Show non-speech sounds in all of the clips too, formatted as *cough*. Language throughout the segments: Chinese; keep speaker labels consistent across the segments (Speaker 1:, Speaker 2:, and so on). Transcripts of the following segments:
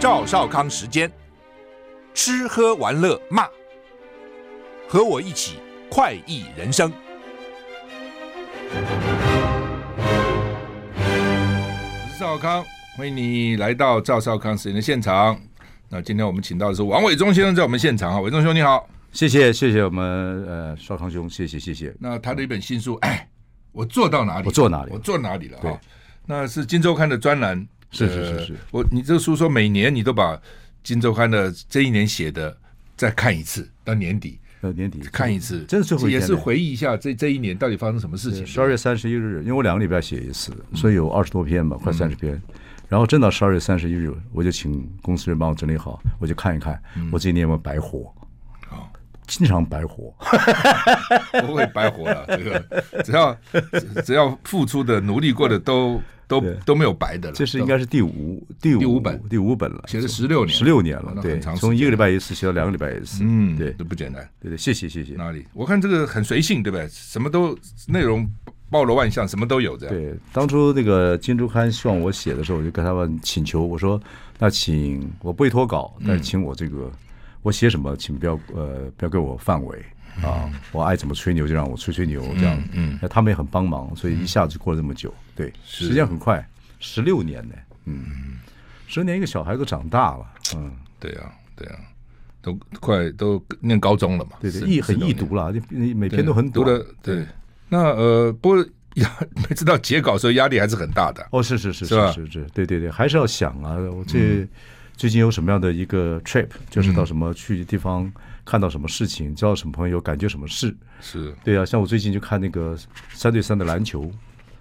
Speaker 1: 赵少康时间，吃喝玩乐骂，和我一起快意人生。
Speaker 2: 我是赵少康，欢迎你来到赵少康时间的现场。那今天我们请到的是王伟忠先生在我们现场啊，伟忠兄你好。
Speaker 3: 谢谢谢谢我们呃少康兄，谢谢谢谢。
Speaker 2: 那他的一本新书，哎，我做到哪里？
Speaker 3: 嗯我做哪里
Speaker 2: 我做哪里了？
Speaker 3: 对
Speaker 2: 哈，那是《金周刊》的专栏。
Speaker 3: 是是是是
Speaker 2: 呃我你这个书说每年你都把《金周刊》的这一年写的再看一次，到年底
Speaker 3: 呃，年底
Speaker 2: 看一次，
Speaker 3: 真的是回
Speaker 2: 也
Speaker 3: 天
Speaker 2: 是
Speaker 3: 的
Speaker 2: 回忆一下这这一年到底发生什么事情。
Speaker 3: 十二月三十一日，因为我两个礼拜写一次，所以有二十多篇吧，快三十篇。然后真到十二月三十一日，我就请公司人帮我整理好，我就看一看
Speaker 2: 嗯
Speaker 3: 我这一年有没有白活。经常白活，
Speaker 2: 不会白活了， *laughs* 这个只要只只要付出的、努力过的都都
Speaker 3: 对
Speaker 2: 都没有白的了。
Speaker 3: 这是应该是第五第五
Speaker 2: 第五本
Speaker 3: 第五本了，
Speaker 2: 写了16年
Speaker 3: 十六年了
Speaker 2: 那，很
Speaker 3: 对
Speaker 2: 长，时
Speaker 3: 从一
Speaker 2: 间
Speaker 3: 个礼拜一次写到两个礼拜一次，
Speaker 2: 嗯，
Speaker 3: 对
Speaker 2: 这不简单。
Speaker 3: 对对，谢谢谢谢，
Speaker 2: 哪里？我看这个很随性，对不对？什么都内容包罗万象，什么都有这样。
Speaker 3: 对，当初那个《金周刊》希望我写的时候，我就跟他们请求，我说：“那请我不会脱稿，但是请我这个、我写什么，请不要呃不要给我范围啊，我爱怎么吹牛就让我吹吹牛这样。嗯”那、他们也很帮忙，所以一下子过了这么久，对，时间很快，十六年呢，嗯，十六年一个小孩都长大了，嗯，
Speaker 2: 对啊，对啊，都快都念高中了嘛。
Speaker 3: 对对，
Speaker 2: 是
Speaker 3: 易很
Speaker 2: 是都
Speaker 3: 易
Speaker 2: 念
Speaker 3: 读了，就每
Speaker 2: 对
Speaker 3: 篇都很
Speaker 2: 读
Speaker 3: 短，
Speaker 2: 的。对，那呃，不过 *laughs* 压每次到截稿的时候压力还是很大的。
Speaker 3: 哦，是是是
Speaker 2: 是吧嗯
Speaker 3: 是是是，对对对，还是要想啊，我这最近有什么样的一个 trip，就是到什么去地方，看到什么事情，交到什么朋友，感觉什么事。
Speaker 2: *laughs* 是，
Speaker 3: 对啊，像我最近就看那个三对三的篮球，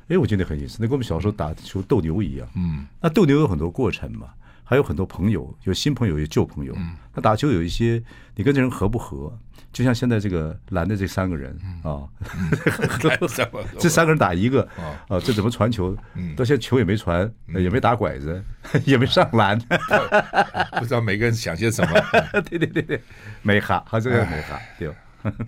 Speaker 3: 哎，我觉得很有意思，那跟我们小时候打球斗牛一样。
Speaker 2: 嗯，
Speaker 3: 那斗牛有很多过程嘛，还有很多朋友，有新朋友，有旧朋友。
Speaker 2: 嗯
Speaker 3: 那打球有一些，你跟这人合不合？就像现在这个蓝的这三个人
Speaker 2: 嗯
Speaker 3: 啊，
Speaker 2: 什么
Speaker 3: 这三个人打一个
Speaker 2: 哦嗯
Speaker 3: 啊，这怎么传球？到现在球也没传，呃也没打拐子， *laughs* 也没上篮，
Speaker 2: 嗯不知道每个人想些什么。 *laughs* 嗯
Speaker 3: *laughs* 对对对对，没哈，他这个没哈，
Speaker 2: 哎
Speaker 3: 对吧？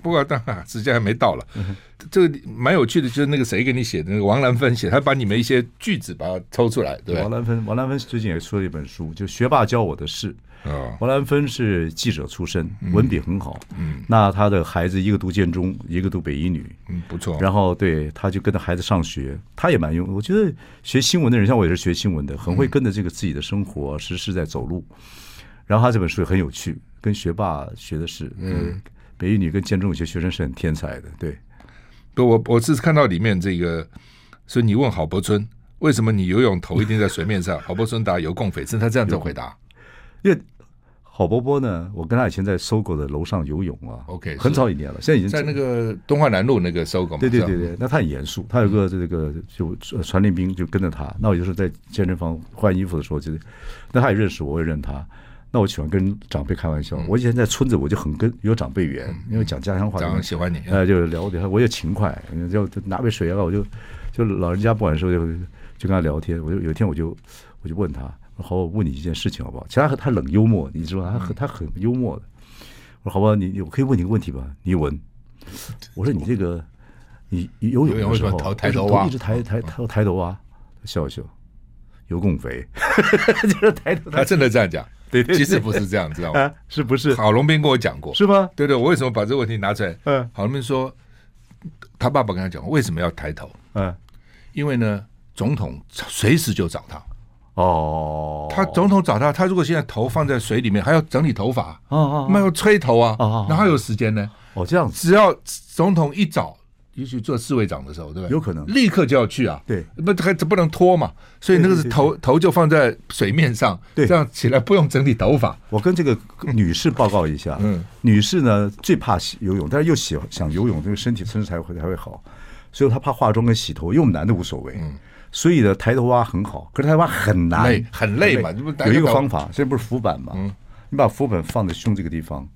Speaker 2: 不过当然时间还没到了，
Speaker 3: 嗯
Speaker 2: 这个蛮有趣的，就是那个谁给你写的那个王兰芬写，他把你们一些句子把它抽出来，对
Speaker 3: 王
Speaker 2: 吧？
Speaker 3: 兰芬，王兰芬最近也出了一本书，就《学霸教我的事》。
Speaker 2: 哦，
Speaker 3: 王兰芬是记者出身，文笔很好。嗯，那他的孩子一个读建中，一个读北一女，
Speaker 2: 嗯，不错。
Speaker 3: 然后对，他就跟着孩子上学，他也蛮用。我觉得学新闻的人，像我也是学新闻的，很会跟着这个自己的生活时事在走路。然后他这本书也很有趣，跟学霸学的是，嗯，北一女跟建中有些学生是很天才的，对，
Speaker 2: 不，我我是看到里面这个，所以你问郝柏村为什么你游泳头一定在水面上，郝柏村答有共匪，是他这样子回答。
Speaker 3: 因为。郝伯伯呢？我跟他以前在搜狗的楼上游泳啊
Speaker 2: OK，
Speaker 3: 很
Speaker 2: 是
Speaker 3: 早以前了，现在已经
Speaker 2: 在那个东华南路那个搜狗嘛，
Speaker 3: 对对
Speaker 2: 是吧嗯
Speaker 3: 对，对，那他很严肃，他有个这个就呃传令兵就跟着他。那我有时候在健身房换衣服的时候，就是那他也认识我，我也认他。那我喜欢跟长辈开玩
Speaker 2: 嗯
Speaker 3: 笑。我以前在村子，我就很跟有长辈缘，因为讲家乡话，
Speaker 2: 长喜欢你
Speaker 3: 呃，就聊天，我也勤快，就就拿杯水啊，我就就老人家不管是不是就就跟他聊天。我就有一天我就我就问他，我说好，我问你一件事情好不好？其实他他冷幽默，你知道吗？他很他很幽默的。我说好吧，你你我可以问你个问题吧，你文。我说你这个你你游泳
Speaker 2: 游泳
Speaker 3: 的
Speaker 2: 为
Speaker 3: 时
Speaker 2: 什么
Speaker 3: 候，
Speaker 2: 头
Speaker 3: 为
Speaker 2: 抬
Speaker 3: 什么
Speaker 2: 头啊蛙
Speaker 3: 一直抬抬抬抬头啊，笑一笑，有共肥， *laughs* 就是抬
Speaker 2: *laughs*
Speaker 3: 头
Speaker 2: 他
Speaker 3: 抬
Speaker 2: 真的这样讲，
Speaker 3: 对对对
Speaker 2: 其实不是这样， *laughs* 知道吗？
Speaker 3: 啊，是不是？
Speaker 2: 郝龙斌跟我讲过，
Speaker 3: 是吗？
Speaker 2: 对对，我为什么把这个问题拿出来？
Speaker 3: 嗯
Speaker 2: 郝龙斌说，他爸爸跟他讲，为什么要抬头？
Speaker 3: 嗯，
Speaker 2: 因为呢，总统随时就找他，
Speaker 3: 哦，
Speaker 2: 他总统找他，他如果现在头放在水里面，还要整理头发，
Speaker 3: 哦哦
Speaker 2: 那要吹头啊
Speaker 3: 哦哦，
Speaker 2: 哪有时间呢？
Speaker 3: 哦这样子，
Speaker 2: 只要总统一找，也许做侍卫长的时候，对吧？
Speaker 3: 有可能
Speaker 2: 立刻就要去啊。
Speaker 3: 对
Speaker 2: 不还这不能拖嘛，所以那个是
Speaker 3: 对对对
Speaker 2: 头头就放在水面上，
Speaker 3: 对
Speaker 2: 这样起来不用整理头发。
Speaker 3: 我跟这
Speaker 2: *laughs*
Speaker 3: 个女士报告一下，
Speaker 2: 嗯，
Speaker 3: 女士呢最怕洗游泳，但是又喜想游泳，这个身体身材会才会好，所以她怕化妆跟洗头，因为我们男的无所谓，嗯，所以呢抬头蛙很好，可是抬头蛙很难，
Speaker 2: 累很累嘛这不大家
Speaker 3: 有一个
Speaker 2: 搞
Speaker 3: 方法，这不是浮板嘛，嗯，你把浮板放在胸这个地方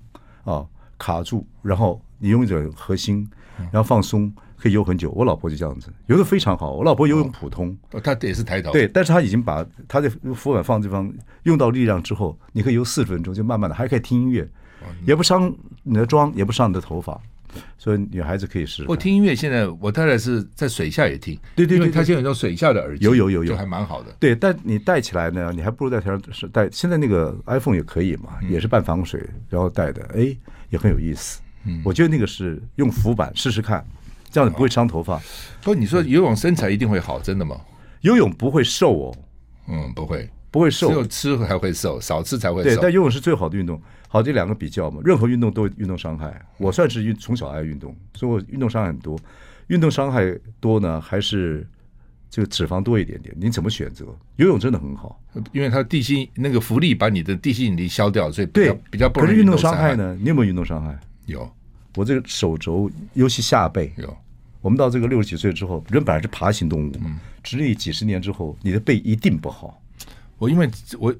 Speaker 3: 啊卡住，然后你用着核心，
Speaker 2: 嗯
Speaker 3: 然后放松，可以游很久。我老婆就这样子，游的非常好，我老婆游泳普通。
Speaker 2: 哦他也是抬头。
Speaker 3: 对，但是他已经把他的浮板放的地方用到力量之后，你可以游四十分钟，就慢慢的还可以听音乐，
Speaker 2: 哦
Speaker 3: 也不伤你的妆，也不伤你的头发，所以女孩子可以试试
Speaker 2: 我
Speaker 3: 看。
Speaker 2: 听音乐，现在我太太是在水下也听，
Speaker 3: 对对对
Speaker 2: 因为她现
Speaker 3: 对
Speaker 2: 在有一种水下的耳机，
Speaker 3: 有有有有
Speaker 2: 就还蛮好的。
Speaker 3: 对，但你戴起来呢，你还不如在台上是戴。现在那个 iPhone 也可以嘛，
Speaker 2: 嗯
Speaker 3: 也是半防水，然后戴的，哎，也很有意思。嗯，我觉得那个是用浮板试试看，这样你不
Speaker 2: 哦
Speaker 3: 会伤头发。
Speaker 2: 不过你说游泳身材一定会好，真的吗？
Speaker 3: 游泳不会瘦哦，
Speaker 2: 嗯，不会，
Speaker 3: 不会
Speaker 2: 只
Speaker 3: 瘦，
Speaker 2: 有吃还会瘦，少吃才会
Speaker 3: 对，
Speaker 2: 瘦
Speaker 3: 但。游泳是最好的运动。好，这两个比较嘛，任何运动都有运动伤害。我算是运从小爱运动，所以我运动伤害很多。运动伤害多呢，还是这个脂肪多一点点？你怎么选择？游泳真的很好，
Speaker 2: 因为它地心那个浮力把你的地心引力消掉，所以比
Speaker 3: 对
Speaker 2: 较，比较不
Speaker 3: 可
Speaker 2: 容
Speaker 3: 是
Speaker 2: 易
Speaker 3: 运
Speaker 2: 动
Speaker 3: 动伤
Speaker 2: 害
Speaker 3: 害？呢？你有没有运动伤害？
Speaker 2: 有
Speaker 3: 我这个手肘，尤其下背，
Speaker 2: 有，
Speaker 3: 我们到这个六十几岁之后，人本来是爬行动物
Speaker 2: 嗯
Speaker 3: 嘛，直立几十年之后，你的背一定不好。
Speaker 2: 我因为我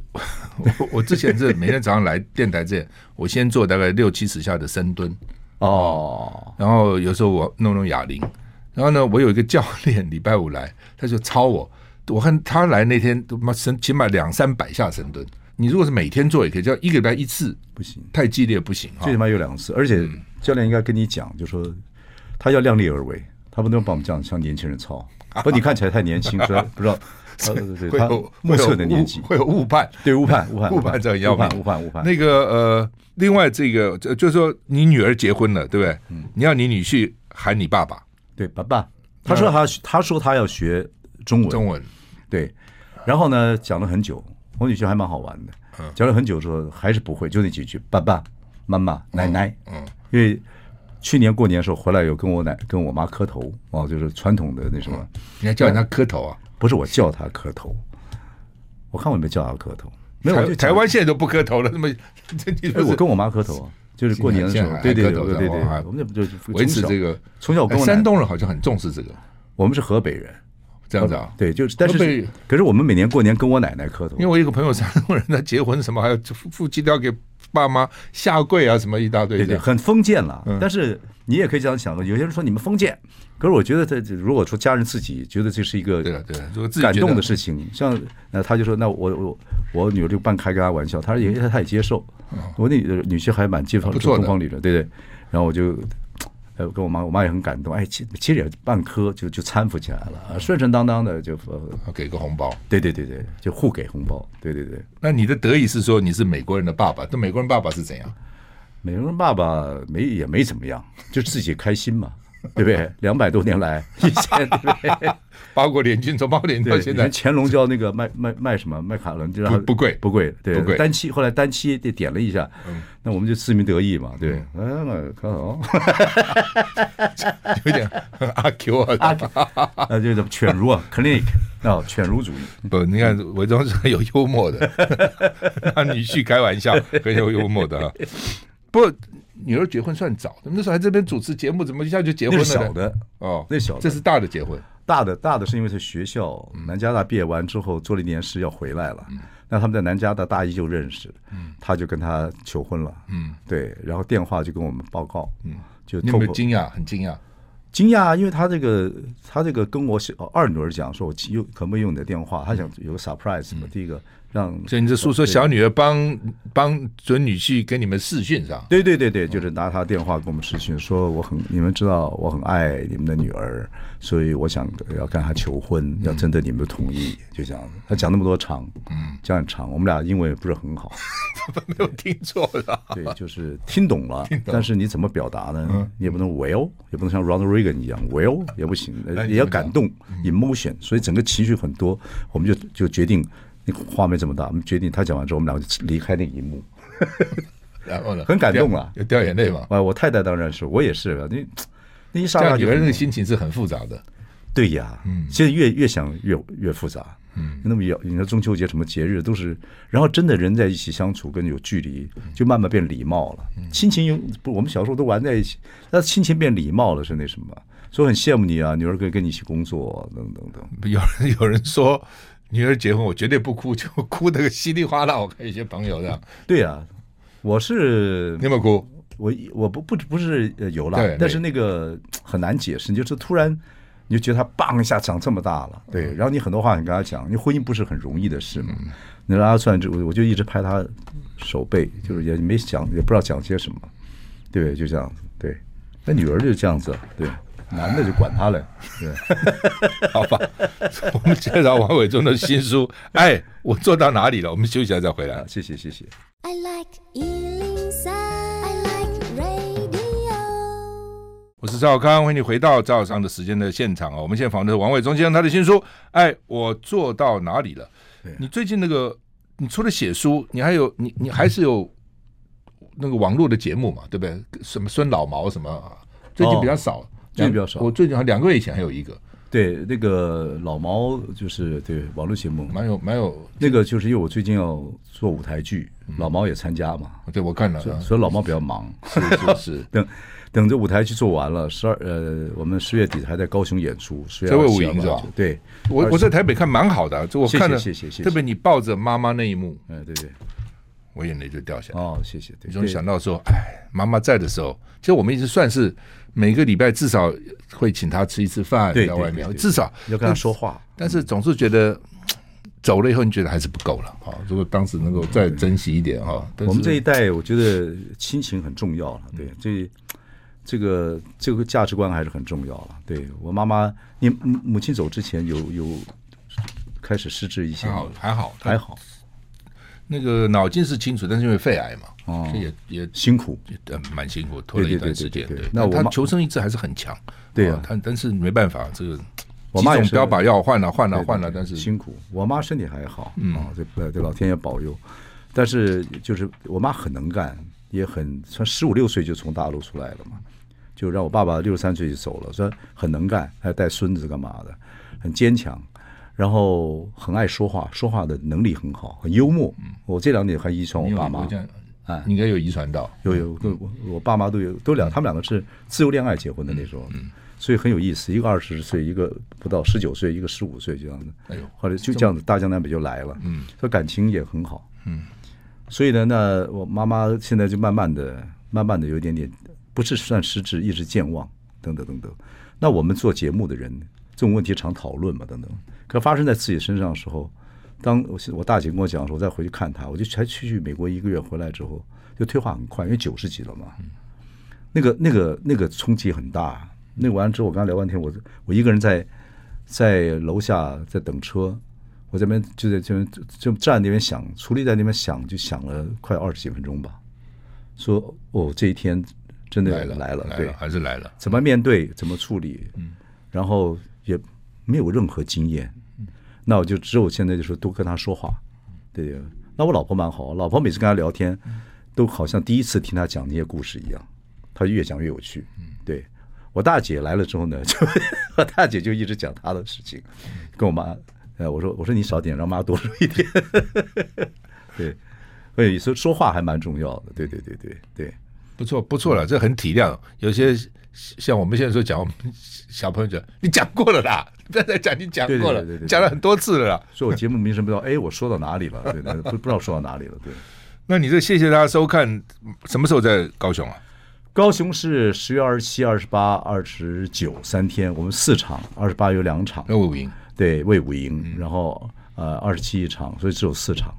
Speaker 2: *laughs* 我我之前是每天早上来电台之前，我先做大概六七十下的深蹲，
Speaker 3: 哦，
Speaker 2: 然后有时候我弄弄哑铃，然后呢，我有一个教练礼拜五来，他就抄我，我看他来那天他妈深起码两三百下深蹲。你如果是每天做也可以，叫一个礼拜一次，
Speaker 3: 不行，
Speaker 2: 太激烈不行哈
Speaker 3: 最。起码有两次，而且
Speaker 2: 嗯
Speaker 3: 教练应该跟你讲，就说他要量力而为，他不能把我们这样像年轻
Speaker 2: *laughs*
Speaker 3: 人操。不，你看起来太年轻，说 *laughs* 不知道，呃对
Speaker 2: 会
Speaker 3: 他
Speaker 2: 有
Speaker 3: 目测的
Speaker 2: 会有
Speaker 3: 年
Speaker 2: 误
Speaker 3: 纪，
Speaker 2: 会有误判，
Speaker 3: 对
Speaker 2: *laughs*
Speaker 3: 误判误判
Speaker 2: 误判这很要
Speaker 3: 误判
Speaker 2: 命
Speaker 3: 误判误判。
Speaker 2: 那个呃，另外这个就就是说，你女儿结婚了，对不对？
Speaker 3: 嗯
Speaker 2: 你要你女婿喊你爸爸
Speaker 3: 对爸爸，他说他他说他要学中文，
Speaker 2: 呃中文，
Speaker 3: 对，然后呢讲了很久，我女婿还蛮好玩的，
Speaker 2: 嗯
Speaker 3: 讲了很久之后还是不会，就那几句爸爸、妈妈、奶奶，
Speaker 2: 嗯，
Speaker 3: 因为去年过年的时候回来有跟我奶跟我妈磕头哦，就是传统的那什么。
Speaker 2: 你还叫人家磕头啊？
Speaker 3: 不是我叫他磕头，我看我有没有叫他磕头，没有，我
Speaker 2: 台
Speaker 3: 就
Speaker 2: 台湾现在都不磕头了，那么这你不
Speaker 3: 哎，我
Speaker 2: 是
Speaker 3: 跟我妈磕头啊，就是过年的时
Speaker 2: 现在还
Speaker 3: 候，对对
Speaker 2: 还磕
Speaker 3: 对
Speaker 2: 头
Speaker 3: 对对
Speaker 2: 的话
Speaker 3: 对，我们就就
Speaker 2: 维持这
Speaker 3: 个，
Speaker 2: 个？
Speaker 3: 从小跟
Speaker 2: 哎
Speaker 3: 我奶
Speaker 2: 山，东人好像很重视这个，
Speaker 3: 我们是河北人，
Speaker 2: 这样子啊？
Speaker 3: 对，就是但
Speaker 2: 河北
Speaker 3: 是可是我们每年过年跟我奶奶磕头
Speaker 2: 因为，我有一个朋友山东人，他结婚什么还要付付基调给爸妈下跪啊，什么一大堆
Speaker 3: 对
Speaker 2: 的
Speaker 3: 对，。很封建了。
Speaker 2: 嗯
Speaker 3: 但是你也可以这样想，有些人说你们封建，可是我觉得这这如果说家人自己觉得这是一个
Speaker 2: 对了对了，如果自己
Speaker 3: 感
Speaker 2: 觉
Speaker 3: 动
Speaker 2: 得
Speaker 3: 的事情，嗯像那他就说，那我我我女儿就半开跟他玩笑，他说也他也接受，我那女女婿还蛮接受
Speaker 2: 不错的
Speaker 3: 东方理论，对对，然后我就。呃，跟我妈，我妈也很感动。哎，其其实也半磕就就搀扶起来了，啊顺顺当当的就，呃
Speaker 2: 给个红包。
Speaker 3: 对对对对，就互给红包，对对对。
Speaker 2: 那你的得意是说你是美国人的爸爸，那美国人爸爸是怎样？
Speaker 3: 美国人爸爸没也没怎么样，就自己开心嘛，对不对？两百多年来，以前对不对？
Speaker 2: 八国联军从八国联军到
Speaker 3: 对，
Speaker 2: 现
Speaker 3: 以
Speaker 2: 在
Speaker 3: 前，乾隆叫那个麦麦麦什么麦卡伦，就让他
Speaker 2: 不不贵
Speaker 3: 不贵，对
Speaker 2: 不贵嗯
Speaker 3: 单期后来单期得点了一下，那我们就自鸣得意嘛，对，嗯，可好， *laughs*
Speaker 2: 有点阿 Q 啊，
Speaker 3: 那就叫犬儒啊，clinic *laughs* 啊，犬
Speaker 2: *laughs*
Speaker 3: 儒主义，
Speaker 2: 不，你看
Speaker 3: 嗯
Speaker 2: 伪装是很有幽默的， *laughs* 他女婿开玩笑很有幽默的啊。不过女儿结婚算早，那时候还这边主持节目，怎么一下就结婚
Speaker 3: 那
Speaker 2: 了
Speaker 3: 是
Speaker 2: 呢？
Speaker 3: 小的，
Speaker 2: 哦，
Speaker 3: 那小的
Speaker 2: 这是嗯大的结婚，
Speaker 3: 大的大的是因为在学校南加大毕业完之后做了一年事要回来了，
Speaker 2: 嗯
Speaker 3: 那他们在南加大大一就认识，他就跟他求婚了，
Speaker 2: 嗯，
Speaker 3: 对，然后电话就跟我们报告，嗯，就
Speaker 2: 你有
Speaker 3: 透
Speaker 2: 没有
Speaker 3: 过嗯
Speaker 2: 惊讶？很惊讶，
Speaker 3: 惊讶，因为他这个他这个跟我小二女儿讲说，我用可不可以用你的电话？他想有个 surprise 嘛，第一个让。
Speaker 2: 所以你这诉说小女儿帮帮准女婿跟你们视讯上，
Speaker 3: *laughs* 对对对对，就是拿他电话跟我们视讯，说我很，你们知道我很爱你们的女儿，所以我想要跟她求婚，要征得你们的同意，就这样子。他讲那么多长，嗯，讲很长，我们俩英文也不是很好，
Speaker 2: 没有听错了。
Speaker 3: *laughs* 对，就是听懂了，嗯但是你怎么表达呢？你也不能 well，也不能像 Ronald Reagan 一样 well 也不行，呃也要感动 emotion，所以整个情绪很多，我们就就决定那个画面这么大，我们决定他讲完之后，我们两个就离开那个一幕。
Speaker 2: *laughs* 然后呢，
Speaker 3: 很感动啊
Speaker 2: 掉有掉眼泪嘛。
Speaker 3: 啊，我太太当然是我也是，你那一刹
Speaker 2: 这
Speaker 3: 那
Speaker 2: 样
Speaker 3: 就
Speaker 2: 女儿
Speaker 3: 很
Speaker 2: 那个心情是很复杂的。
Speaker 3: 对呀，嗯，现在越越想越越复杂，嗯，那么也你说中秋节什么节日都是，然后真的人在一起相处跟有距离，就慢慢变礼貌了，亲情有不我们小时候都玩在一起，那亲情变礼貌了是那什么，所以很羡慕你啊，女儿可以跟你一起工作等等等，
Speaker 2: 有人有人说女儿结婚，我绝对不哭，就哭得个稀里哗啦。我看有些朋友这样，
Speaker 3: 对呀，我是
Speaker 2: 你有没有哭？
Speaker 3: 我我不不不是呃有啦
Speaker 2: 对，
Speaker 3: 但是那个很难解释，你就是突然你就觉得他棒一下长这么大了，
Speaker 2: 嗯
Speaker 3: 对，然后你很多话你跟他讲，你婚姻不是很容易的事嘛，你让他算这，我我就一直拍他手背，就是也没讲，也不知道讲些什么，对，就这样子，对，那女儿就是这样子，对，男的就管他了，对，
Speaker 2: 好吧，我们介绍王伟忠的新书
Speaker 3: *laughs*
Speaker 2: 《哎，我做到哪里了》，我们休息一下再回来
Speaker 3: 啊。谢谢谢谢。
Speaker 4: I like Ealing Sound. I like radio.
Speaker 2: 我是赵少康，欢迎你回到赵少康的时间的现场哦。我们现在访问的是王伟忠先生，他的新书《哎，我做到哪里了》。
Speaker 3: 啊
Speaker 2: 你最近那个，你除了写书，你还有你你还是有那个网络的节目嘛，对不对？什么孙老毛什么，啊最近比较少，
Speaker 3: 哦最近比较少
Speaker 2: 我最近好像两个月以前还有一个，
Speaker 3: 对，那个老毛就是对网络节目，
Speaker 2: 蛮有蛮有，
Speaker 3: 那个就是因为我最近要做舞台剧，老毛也参加嘛，
Speaker 2: 对我看了，啊
Speaker 3: 所以所以老猫比较忙，
Speaker 2: 是是是，
Speaker 3: 等等着舞台剧做完了，十二呃，我们十月底还在高雄演出，十月
Speaker 2: 这位
Speaker 3: 27
Speaker 2: 武营
Speaker 3: 号
Speaker 2: 是吧
Speaker 3: 对，
Speaker 2: 我我在台北看蛮好的，啊这我看了，
Speaker 3: 谢谢谢谢谢谢
Speaker 2: 特别你抱着妈妈那一幕，
Speaker 3: 嗯、对对，
Speaker 2: 我眼泪就掉下来。
Speaker 3: 哦，谢谢，对
Speaker 2: 你终于想到说，哎，妈妈在的时候，其实我们一直算是每个礼拜至少会请她吃一次饭，
Speaker 3: 对
Speaker 2: 在
Speaker 3: 对
Speaker 2: 外
Speaker 3: 对
Speaker 2: 面
Speaker 3: 对
Speaker 2: 至少
Speaker 3: 要跟他说话，
Speaker 2: 但是总是觉得嘖走了以后，你觉得还是不够了嗯啊、如果当时能够再珍惜一点哈、但是嗯
Speaker 3: 我们这一代我觉得亲情很重要了，对，这这个这个价值观还是很重要了。对我妈妈，你母母亲走之前有有开始失智一些
Speaker 2: 还
Speaker 3: 吗，
Speaker 2: 好嗯还好
Speaker 3: 还好，
Speaker 2: 那个脑筋是清楚，但是因为肺癌嘛，
Speaker 3: 哦
Speaker 2: 所以也也
Speaker 3: 辛苦，
Speaker 2: 也呃蛮辛苦，拖了一段时间。
Speaker 3: 对对对对对
Speaker 2: 那
Speaker 3: 那我
Speaker 2: 他
Speaker 3: 妈
Speaker 2: 求生意志还是很强。
Speaker 3: 对啊
Speaker 2: 哦但但是没办法，这个
Speaker 3: 我妈
Speaker 2: 几
Speaker 3: 也
Speaker 2: 种
Speaker 3: 是
Speaker 2: 标靶药换了换
Speaker 3: 对
Speaker 2: 了
Speaker 3: 对
Speaker 2: 换了，
Speaker 3: 对
Speaker 2: 但是嗯
Speaker 3: 辛苦。我妈身体还好，啊，这呃这老天爷保佑。但是就是我妈很能干，也很从十五六岁就从大陆出来了嘛，就让我爸爸六十三岁就走了，说很能干，还带孙子干嘛的，很坚强，然后很爱说话，说话的能力很好，很幽默。我这两点还遗传我
Speaker 2: 嗯你有
Speaker 3: 爸妈
Speaker 2: 我这。样
Speaker 3: 哎
Speaker 2: 你应该有遗传到。
Speaker 3: 有有，跟我我爸妈都有，都两，他们两个是自由恋爱结婚的那时候，所以很有意思。一个二十岁，一个不到十九岁，一个十五岁，这样子。
Speaker 2: 哎呦
Speaker 3: 后来就这样子，大江南北就来了。嗯，所以感情也很好。嗯，所以呢，那我妈妈现在就慢慢的、慢慢的有一点点，不是算失智，一直健忘，等等等等。那我们做节目的人，这种问题常讨论嘛，等等。可发生在自己身上的时候，当我我大姐跟我讲说，我再回去看她，我就才去去美国一个月，回来之后就退化很快，因为九十几了嘛，那个那个那个冲击很大。那个完了之后，我跟她聊半天，我我一个人在在楼下在等车，我这边就在这边就就站那边想，处理在那边想，就想了快二十几分钟吧，说哦这一天真的
Speaker 2: 来了
Speaker 3: 来了，
Speaker 2: 来
Speaker 3: 对
Speaker 2: 了，，还是来了。
Speaker 3: 怎么面对，怎么处理，然后也没有任何经验，那我就只有现在就是多跟他说话，对，那我老婆蛮好，老婆每次跟他聊天，都好像第一次听他讲那些故事一样，他越讲越有趣，对我大姐来了之后呢， *laughs* 就我大姐就一直讲她的事情，跟我妈，呃，我说我说你少点，让妈多说一点， *laughs* 对，所以说说话还蛮重要的，对对对对对。
Speaker 2: 不错，不错了，这很体谅。有些像我们现在说讲，我们小朋友讲，你讲过了啦， *laughs* 不要再讲，你讲过了
Speaker 3: 对对对对对，对
Speaker 2: 讲了很多次了啦。
Speaker 3: 所以我节目名
Speaker 2: *laughs*
Speaker 3: 称不知道，哎，我说到哪里了？对的，不不知道说到哪里了。对，
Speaker 2: 那你这谢谢大家收看，什么时候在高雄啊？
Speaker 3: 高雄是十月二十七、二十八、二十九三天，我们四场，二十八有两场，
Speaker 2: 那五营
Speaker 3: 对，魏武营，
Speaker 2: 嗯
Speaker 3: 然后呃二十七一场，所以只有四场。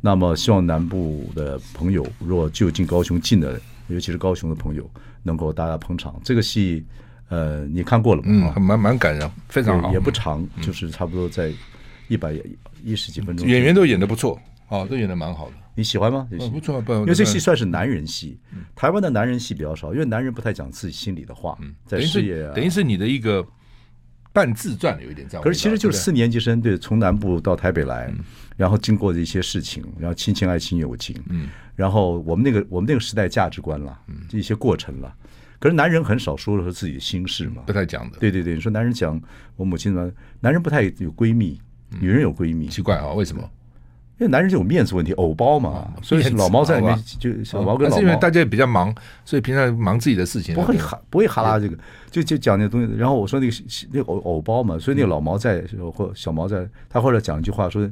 Speaker 3: 那么希望南部的朋友，如果就近高雄近的，尤其是高雄的朋友，能够大家捧场。这个戏，呃，你看过了吗？
Speaker 2: 嗯
Speaker 3: 啊，
Speaker 2: 蛮蛮感人，非常好嗯
Speaker 3: 也，不长，就是差不多在一百一十几分钟。
Speaker 2: 演员都演的不错，哦，都演的蛮好的，
Speaker 3: 你喜欢吗？
Speaker 2: 嗯不错不
Speaker 3: 因为这戏算是男人戏，
Speaker 2: 嗯
Speaker 3: 台湾的男人戏比较少，因为男人不太讲自己心里的话，在
Speaker 2: 嗯等于
Speaker 3: 事
Speaker 2: 是
Speaker 3: 业啊
Speaker 2: 等。于是你的一个半自传，有一点这样的味道。
Speaker 3: 可是其实就是
Speaker 2: 对嗯
Speaker 3: 四年级生，对，从南部到台北来，然后经过的一些事情，然后亲
Speaker 2: 嗯
Speaker 3: 情、爱情、友情，嗯，然后我们那个我们那个时代价值观了，这一些过程了。可是男人很少说说自己的心事嘛
Speaker 2: 不。太讲的，
Speaker 3: 对对对，你说男人讲我母亲呢，男人不太有闺蜜，
Speaker 2: 嗯
Speaker 3: 女人有闺蜜，
Speaker 2: 奇怪啊、为什么？
Speaker 3: 因为男人就有面子问题，偶包嘛，所以
Speaker 2: 哦面子
Speaker 3: 老毛在里面
Speaker 2: 好吧哦
Speaker 3: 就老毛跟
Speaker 2: 还
Speaker 3: 老
Speaker 2: 啊是因为
Speaker 3: 毛
Speaker 2: 大家也比较忙，所以平常忙自己的事情啊，
Speaker 3: 不会
Speaker 2: 对吧
Speaker 3: 哈不会哈拉这个，就就讲那个东西。然后我说那个那个偶偶包嘛，所以
Speaker 2: 嗯
Speaker 3: 那个老毛在或小毛在，他后来讲一句话说。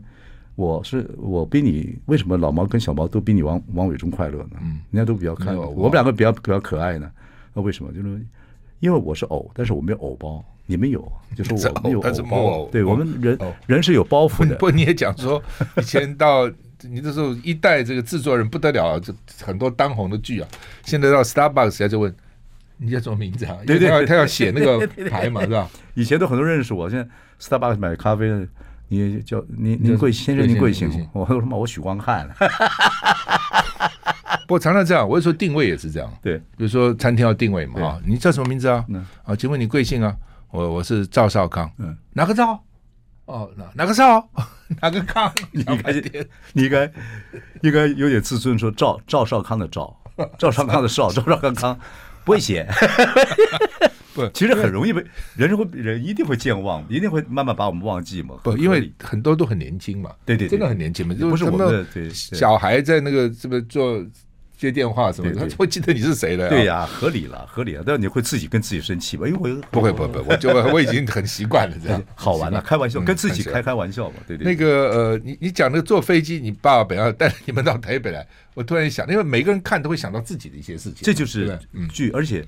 Speaker 3: 我是我比你为什么老毛跟小毛都比你王王伟忠快乐呢？嗯，人家都比较看，
Speaker 2: 没有
Speaker 3: 我们两个比较比较可爱呢。那为什么？就是因为我是偶，但是我没有偶包，你们有，就是
Speaker 2: 是 *laughs*
Speaker 3: 我没有
Speaker 2: 偶但是
Speaker 3: 偶
Speaker 2: 木
Speaker 3: 包
Speaker 2: 偶。
Speaker 3: 对我们人
Speaker 2: 偶
Speaker 3: 人是有包袱的， *laughs*
Speaker 2: 不，你也讲说以前到你那时候一代这个制作人不得了，这很多当红的剧啊，现在到 Starbucks 人家就问你叫什么名字啊？
Speaker 3: *laughs* 对
Speaker 2: 因
Speaker 3: 对
Speaker 2: 为他要他要写那个牌嘛，是吧？
Speaker 3: 以前都很多人认识我，现在 Starbucks 买咖啡，你叫您
Speaker 2: 你
Speaker 3: 您
Speaker 2: 叫
Speaker 3: 贵先生您
Speaker 2: 贵
Speaker 3: 贵
Speaker 2: 姓
Speaker 3: 姓
Speaker 2: 贵姓？
Speaker 3: 我说什么？我许光汉。
Speaker 2: 不过常常这样，我就说定位也是这样，
Speaker 3: *laughs* 对，
Speaker 2: 比如说餐厅要定位嘛，
Speaker 3: 对
Speaker 2: 啊，你叫什么名字啊
Speaker 3: 嗯？
Speaker 2: 啊，请问你贵姓啊？我我是赵少康，
Speaker 3: 嗯，
Speaker 2: 哪个赵？哦，哪哪个少？哪个康？
Speaker 3: *laughs*
Speaker 2: *laughs*
Speaker 3: 你应该你应该应该有点自尊，说赵赵少康的赵，赵少康的少，赵少康康不会写。
Speaker 2: 不
Speaker 3: 其实很容易被人是会人一定会健忘，一定会慢慢把我们忘记嘛。
Speaker 2: 不，因为很多都很年轻嘛，
Speaker 3: 对对对
Speaker 2: 真的很年轻嘛，就
Speaker 3: 不是
Speaker 2: 他
Speaker 3: 我
Speaker 2: 们
Speaker 3: 们的对对
Speaker 2: 小孩在那个什么做接电话什么的，
Speaker 3: 对对
Speaker 2: 他会记得你是谁了、啊
Speaker 3: 对、呀、合理了，合理了。但你会自己跟自己生气吧？因为我有
Speaker 2: 不会不会不会，
Speaker 3: *laughs*
Speaker 2: 我就我已经很习惯了这样。
Speaker 3: 好玩了、啊开玩笑，
Speaker 2: 嗯
Speaker 3: 跟自己
Speaker 2: 很习
Speaker 3: 开
Speaker 2: 惯
Speaker 3: 开玩笑嘛。对对
Speaker 2: 那
Speaker 3: 对，
Speaker 2: 个呃，你你讲那个坐飞机，你爸爸本来要带你们到台北来，我突然想，因为每个人看都会想到自己的一些事情，
Speaker 3: 这就
Speaker 2: 对
Speaker 3: 是
Speaker 2: 不对嗯
Speaker 3: 剧，而且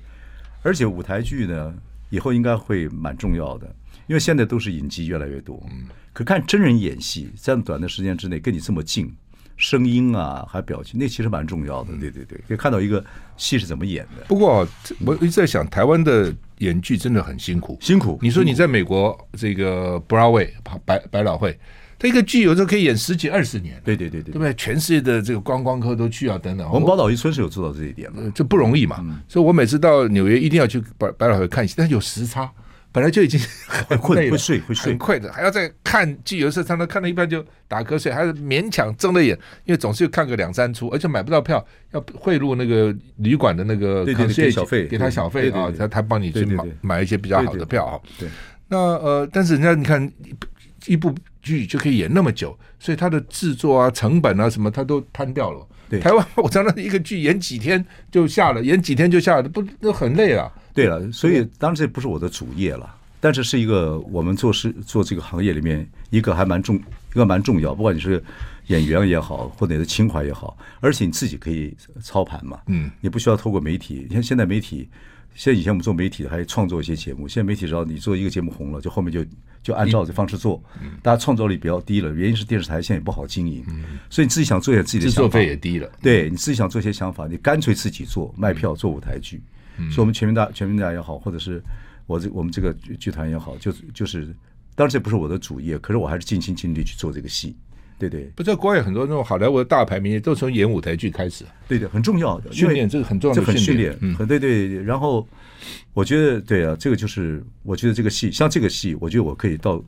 Speaker 3: 而且舞台剧呢，以后应该会蛮重要的，因为现在都是影集越来越多。嗯，可看真人演戏，在这么短的时间之内跟你这么近，声音啊，还表情，那其实蛮重要
Speaker 2: 嗯
Speaker 3: 的。对对对，可以看到一个戏是怎么演的，
Speaker 2: 不过哦这我一直在想，台湾的演剧真的很辛苦。
Speaker 3: 辛苦。
Speaker 2: 你说你在美国这个 Broadway 百百老汇，它一个剧有时候可以演十几二十年。
Speaker 3: 对对对
Speaker 2: 对
Speaker 3: 对
Speaker 2: 不，对？全世界的这个观光客都去啊，等等。
Speaker 3: 我们宝岛一村是有做到这一点的。
Speaker 2: 呃这不容易嘛，所以我每次到纽约一定要去百百老汇看戏，但有时差，本来就已经很
Speaker 3: 困
Speaker 2: 呃累了
Speaker 3: 会睡会睡
Speaker 2: 很困的，还要再看剧，有时候常常看到一半就打瞌睡，还是勉强睁着眼，因为总是看个两三出，而且买不到票，要贿赂那个旅馆的那个
Speaker 3: 对对对
Speaker 2: concierge，
Speaker 3: 给小费
Speaker 2: 给他小费
Speaker 3: 对对
Speaker 2: 啊，
Speaker 3: 对
Speaker 2: 他他帮你去
Speaker 3: 对对
Speaker 2: 买
Speaker 3: 对
Speaker 2: 买一些比较好
Speaker 3: 对
Speaker 2: 的
Speaker 3: 对
Speaker 2: 票啊。
Speaker 3: 对，
Speaker 2: 那呃，但是人家你看一一部剧就可以演那么久，所以它的制作啊、成本啊什么，它都摊掉了。
Speaker 3: 对
Speaker 2: 台湾我常常一个剧演几天就下了，演几天就下了，不都很累啊了？
Speaker 3: 对了，所以当然这不是我的主业了，但是是一个我们做事做这个行业里面一个还蛮重一个蛮重要，不管你是演员也好，或者你的情怀也好，而且你自己可以操盘嘛，
Speaker 2: 嗯，
Speaker 3: 你不需要透过媒体，像现在媒体。现在以前我们做媒体的还创作一些节目，现在媒体只要你做一个节目红了，就后面就就按照这方式做，
Speaker 2: 嗯
Speaker 3: 大家创造力比较低了，原因是电视台现在也不好经营，所以你自己想做一点自己的
Speaker 2: 嗯制
Speaker 3: 想
Speaker 2: 作
Speaker 3: 法，
Speaker 2: 费也低了。
Speaker 3: 对，你自己想做一些想法，你干脆自己做卖
Speaker 2: 嗯
Speaker 3: 票做舞台剧，所以我们全民大全民大也好，或者是我这我们这个剧剧团也好，就是就是，当然这不是我的主业，可是我还是尽心尽力去做这个戏，对对
Speaker 2: 不知道国外很多那种好莱坞的大牌明星都从演舞台剧开始，
Speaker 3: 对对，很重要的
Speaker 2: 训练这个很重要的
Speaker 3: 这很
Speaker 2: 训
Speaker 3: 训
Speaker 2: 练嗯
Speaker 3: 练，很对对。然后我觉得对啊，这个就是我觉得这个戏，像这个戏，我觉得我可以到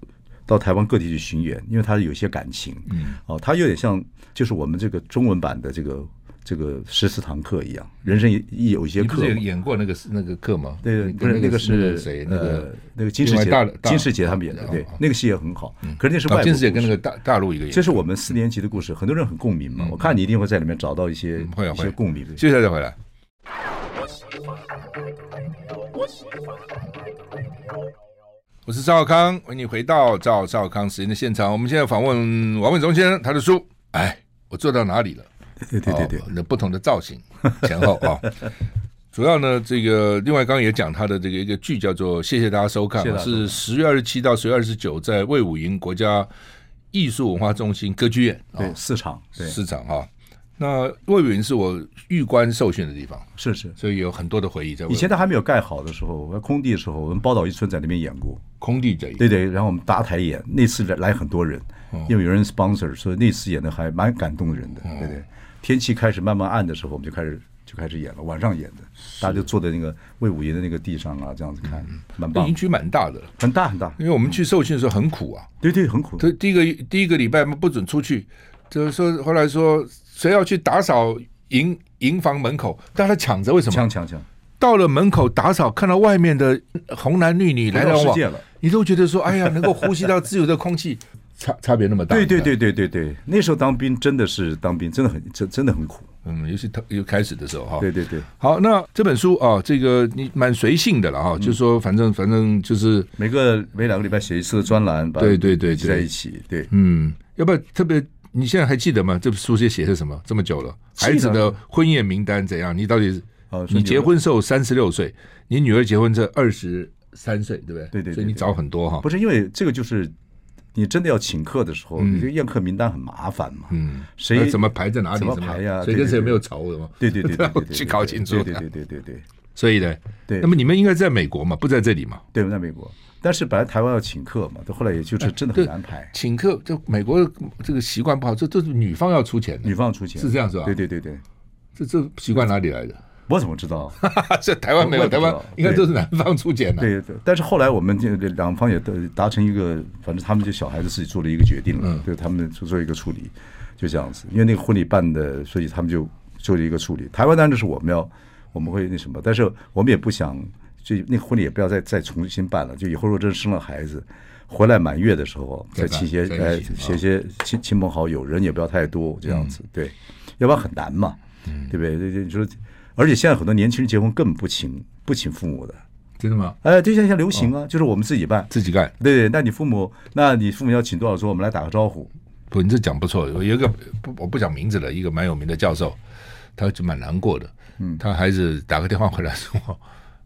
Speaker 3: 到台湾各地去巡演，因为它有一些感情，嗯，哦，它有点像就是我们这个中文版的这个这个十四堂课一样，人生也也有一些
Speaker 2: 你不
Speaker 3: 课
Speaker 2: 是
Speaker 3: 嘛。
Speaker 2: 也演过那个那个课吗？
Speaker 3: 对，
Speaker 2: 你
Speaker 3: 不
Speaker 2: 跟
Speaker 3: 是
Speaker 2: 那
Speaker 3: 个
Speaker 2: 那
Speaker 3: 是
Speaker 2: 个谁？那
Speaker 3: 呃
Speaker 2: 个
Speaker 3: 那个金世
Speaker 2: 另外
Speaker 3: 杰
Speaker 2: 大的，大
Speaker 3: 金世杰他们演的，对
Speaker 2: 哦，
Speaker 3: 那个戏也很好。可是那是
Speaker 2: 啊
Speaker 3: 外
Speaker 2: 金
Speaker 3: 国
Speaker 2: 世杰
Speaker 3: 故
Speaker 2: 跟那个
Speaker 3: 事
Speaker 2: 大大陆一个演
Speaker 3: 这，是我们四年级的故事，很多人很共鸣嘛。我看你一定会在里面找到一些
Speaker 2: 嗯会啊
Speaker 3: 一
Speaker 2: 会
Speaker 3: 些共鸣的。
Speaker 2: 接下来再回来。我是赵少康，欢迎你回到赵少康时间的现场。我们现在访问王伟忠先生，他的书，哎，我做到哪里了？
Speaker 3: 对对对对
Speaker 2: 哦，那不同的造型 *laughs* 前后啊、主要呢，这个另外刚刚也讲他的这个一个剧叫做《谢谢大家收看
Speaker 3: 谢谢》，大家收看
Speaker 2: 是十月二十七到十月二十九在魏武营国家艺术文化中心歌剧院啊、
Speaker 3: 对，四场，对，
Speaker 2: 市场哈、那魏武营是我玉官受训的地方，
Speaker 3: 是是。
Speaker 2: 所以有很多的回忆在魏武营。
Speaker 3: 以前它还没有盖好的时候，空地的时候，我们宝岛一村在那边演过。
Speaker 2: 空地这一
Speaker 3: 对对，然后我们搭台演，那次来来很多人，
Speaker 2: 哦
Speaker 3: 因为有人 sponsor，所以那次演的还蛮感动人的。对对，天气开始慢慢暗的时候，我们就开始就开始演了，晚上演的，大家就坐在那个魏武营的那个地上啊，这样子
Speaker 2: 嗯
Speaker 3: 看，
Speaker 2: 那
Speaker 3: 蛮棒
Speaker 2: 营
Speaker 3: 的，
Speaker 2: 区蛮大的了，
Speaker 3: 很大很大。
Speaker 2: 因为我们去受训的时候很苦啊，
Speaker 3: 对对，很苦。
Speaker 2: 他第一个第一个礼拜不准出去，就是说后来说谁要去打扫营营房门口，大家抢着为什么？
Speaker 3: 抢抢抢，
Speaker 2: 到了门口打扫，看到外面的红男绿女来来往
Speaker 3: 世
Speaker 2: 往
Speaker 3: 界，了。
Speaker 2: 你都觉得说，哎呀，能够呼吸到自由的空气， *laughs* 差差别那么大。
Speaker 3: 对对
Speaker 2: 你看，
Speaker 3: 对对对对，那时候当兵真的是当兵，真的很真真的很苦。
Speaker 2: 嗯，尤其他又开始的时候哈。
Speaker 3: 对对对，
Speaker 2: 好，那这本书啊，这个你蛮随性的了哈，就说反正反正就是，
Speaker 3: 每个每两个礼拜写一次专栏，把
Speaker 2: 对对对
Speaker 3: 集
Speaker 2: 对
Speaker 3: 在一起。对，
Speaker 2: 嗯，要不要特别？你现在还记得吗？这书写写的什么？这么久了，
Speaker 3: 记得
Speaker 2: 孩子的婚宴名单怎样？你到底
Speaker 3: 哦所以
Speaker 2: 你
Speaker 3: 你
Speaker 2: 结婚时候三十六岁，你女儿结婚这二十三岁，对不对？
Speaker 3: 对对对
Speaker 2: 所以你
Speaker 3: 对
Speaker 2: 早很多哈
Speaker 3: 不。是因为这个就是你真的要请客的时候，
Speaker 2: 嗯
Speaker 3: 你这个宴客名单很麻烦嘛。
Speaker 2: 嗯，
Speaker 3: 谁
Speaker 2: 那怎么排在哪里？
Speaker 3: 怎么
Speaker 2: 什
Speaker 3: 排呀
Speaker 2: 谁跟
Speaker 3: 对对
Speaker 2: 谁有
Speaker 3: 对
Speaker 2: 没有仇什么？
Speaker 3: 对对对对
Speaker 2: *laughs*
Speaker 3: 对对，
Speaker 2: 去搞清楚
Speaker 3: 对对对对对对
Speaker 2: 所以呢，
Speaker 3: 对。
Speaker 2: 那么你们应该在美国嘛，不在这里嘛？
Speaker 3: 对，在美国，但是本来台湾要请客嘛，到后来也就是真的
Speaker 2: 哎对
Speaker 3: 很难排，
Speaker 2: 请客，这美国的这个习惯不好，这这是女方要出钱的
Speaker 3: 女，方出钱
Speaker 2: 是这样是啊吧
Speaker 3: 对对对对，
Speaker 2: 这这习惯哪里来
Speaker 3: *laughs*
Speaker 2: 的？
Speaker 3: 我怎么知道？
Speaker 2: *laughs* 这台湾没有，
Speaker 3: 我也不
Speaker 2: 台
Speaker 3: 知道
Speaker 2: 湾应该都是男方出钱的。
Speaker 3: 哦对，对但是后来我们这这两方也都达成一个，反正他们就小孩子自己做了一个决定了，
Speaker 2: 嗯
Speaker 3: 对他们就做一个处理，就这样子。因为那个婚礼办的，所以他们就做了一个处理。台湾当然就是我们要我们会那什么，但是我们也不想，就那个婚礼也不要再再重新
Speaker 2: 嗯
Speaker 3: 办了。就以后如果真生了孩子。回来满月的时候，
Speaker 2: 再
Speaker 3: 再
Speaker 2: 办
Speaker 3: 请些
Speaker 2: 再一起
Speaker 3: 呃
Speaker 2: 啊
Speaker 3: 写些亲亲朋好友，人也不要太多，这样子对，要不然很难嘛，
Speaker 2: 嗯
Speaker 3: 对不对？这这你说，而且现在很多年轻人结婚根本不请不请父母的，
Speaker 2: 真的吗？
Speaker 3: 哎，对，现在流
Speaker 2: 哦
Speaker 3: 行啊，就是我们自己办。
Speaker 2: 自己干，
Speaker 3: 对对，那你父母，那你父母要请多少桌，我们来打个招呼。
Speaker 2: 不，你这讲不错。有一个不，我不讲名字了，一个蛮有名的教授，他就蛮难过的。嗯，他孩子打个电话回来说：“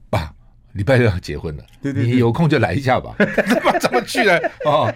Speaker 2: 爸，礼拜六要结婚了，
Speaker 3: 对对对
Speaker 2: 你有空就来一下
Speaker 3: *laughs*
Speaker 2: 吧。”他妈怎么去呢？哦，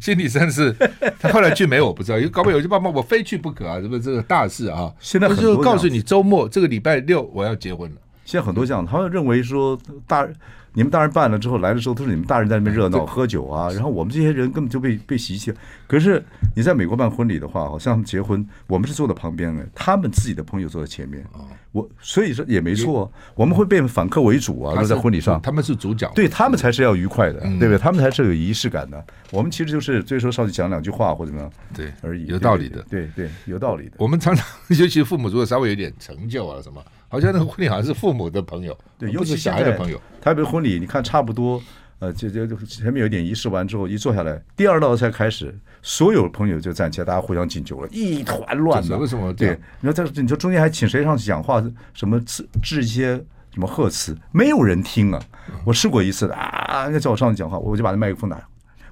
Speaker 2: 心里真是。他后来去没有，我不知道，因为搞不好有些爸妈我非去不可啊，这不这个大事啊。
Speaker 3: 现在
Speaker 2: 我
Speaker 3: 很多
Speaker 2: 就告诉
Speaker 3: 这样子
Speaker 2: 你，周末这个礼拜六我要结婚了。
Speaker 3: 现在很多这样，他们认为说大你们大人办了之后来的时候，都是你们大人在那边热闹喝酒啊，然后我们这些人根本就被被习气了。可是你在美国办婚礼的话，好像他们结婚，我们是坐在旁边的，他们自己的朋友坐在前面。
Speaker 2: 哦
Speaker 3: 我所以说也没错，啊我们会变反客为主啊，
Speaker 2: 他
Speaker 3: 都
Speaker 2: 是
Speaker 3: 在婚礼上。
Speaker 2: 他们是主角，
Speaker 3: 对他们才是要愉快的，
Speaker 2: 嗯
Speaker 3: 对不对？他们才是有仪式感的。我们其实就是最多上去讲两句话或怎么样
Speaker 2: 对
Speaker 3: 而已，
Speaker 2: 有道理的。嗯
Speaker 3: 对对，对有道理的。
Speaker 2: 我们常 *laughs* 常，尤其父母如果稍微有点成就啊什么，好像那个婚礼好像是父母的朋友，
Speaker 3: 对，
Speaker 2: 而
Speaker 3: 尤
Speaker 2: 不是
Speaker 3: 其
Speaker 2: 小孩
Speaker 3: 现
Speaker 2: 的
Speaker 3: 在
Speaker 2: 朋友。。
Speaker 3: 台北婚礼，你看差不多，呃，就就就前面有点仪式完之后，一坐下来，第二道菜开始，所有朋友就站起来，大家互相敬酒了，一团乱
Speaker 2: 就是
Speaker 3: 的。
Speaker 2: 为什么这
Speaker 3: 对
Speaker 2: 样，
Speaker 3: 你说在你说中间还请谁上去讲话，什么致致一些什么贺词，没有人听啊。
Speaker 2: 嗯
Speaker 3: 我试过一次啊，人家叫我上去讲话，我就把那麦克风拿，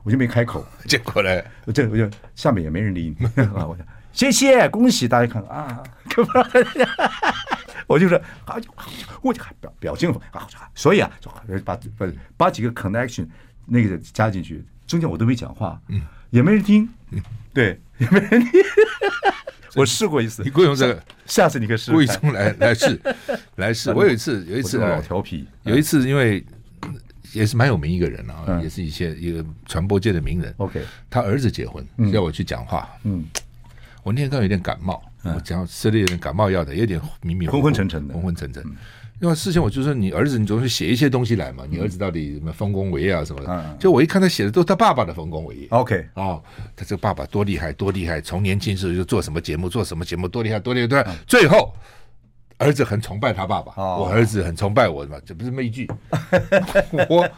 Speaker 3: 我就没开口。
Speaker 2: 结果呢，
Speaker 3: 我这我就下面也没人理你 *laughs* 啊，我就谢谢恭喜大家看啊， *laughs* 干嘛？我就是啊，我就表表情啊，所以啊，就把把把几个 connection 那个加进去，中间我都没讲话，嗯，也没人听，
Speaker 2: 嗯
Speaker 3: 对， *laughs* 也没人听。我试过一次
Speaker 2: 你，雇佣这个
Speaker 3: 下次你可以试试
Speaker 2: 故意
Speaker 3: 看
Speaker 2: 从来来试来
Speaker 3: *laughs*
Speaker 2: 试。我有一次，有一次
Speaker 3: 我这种
Speaker 2: 啊
Speaker 3: 老调皮，
Speaker 2: 有一次因为嗯也是蛮有名一个人啊，
Speaker 3: 嗯
Speaker 2: 也是一些一个传播界的名人。
Speaker 3: OK
Speaker 2: 他儿子结婚，要我去讲话。
Speaker 3: 嗯，
Speaker 2: 我那天刚好有点感冒，我讲吃了一点感冒药的，有点迷迷糊糊
Speaker 3: 昏昏沉沉的嗯
Speaker 2: 昏昏沉沉。因为事先我就说你儿子，你总是写一些东西来嘛，你儿子到底什么丰功伟业啊什么
Speaker 3: 嗯
Speaker 2: 的
Speaker 3: 嗯。
Speaker 2: 就我一看他写的都是他爸爸的丰功伟业。 *laughs*
Speaker 3: OK，
Speaker 2: 哦，他这个爸爸多厉害，多厉害！从年轻时候就做什么节目，做什么节目，多厉害，多厉害！对吧，最后儿子很崇拜他爸爸，
Speaker 3: 嗯哦
Speaker 2: 我儿子很崇拜我嘛，这不是那一句。 *laughs* 我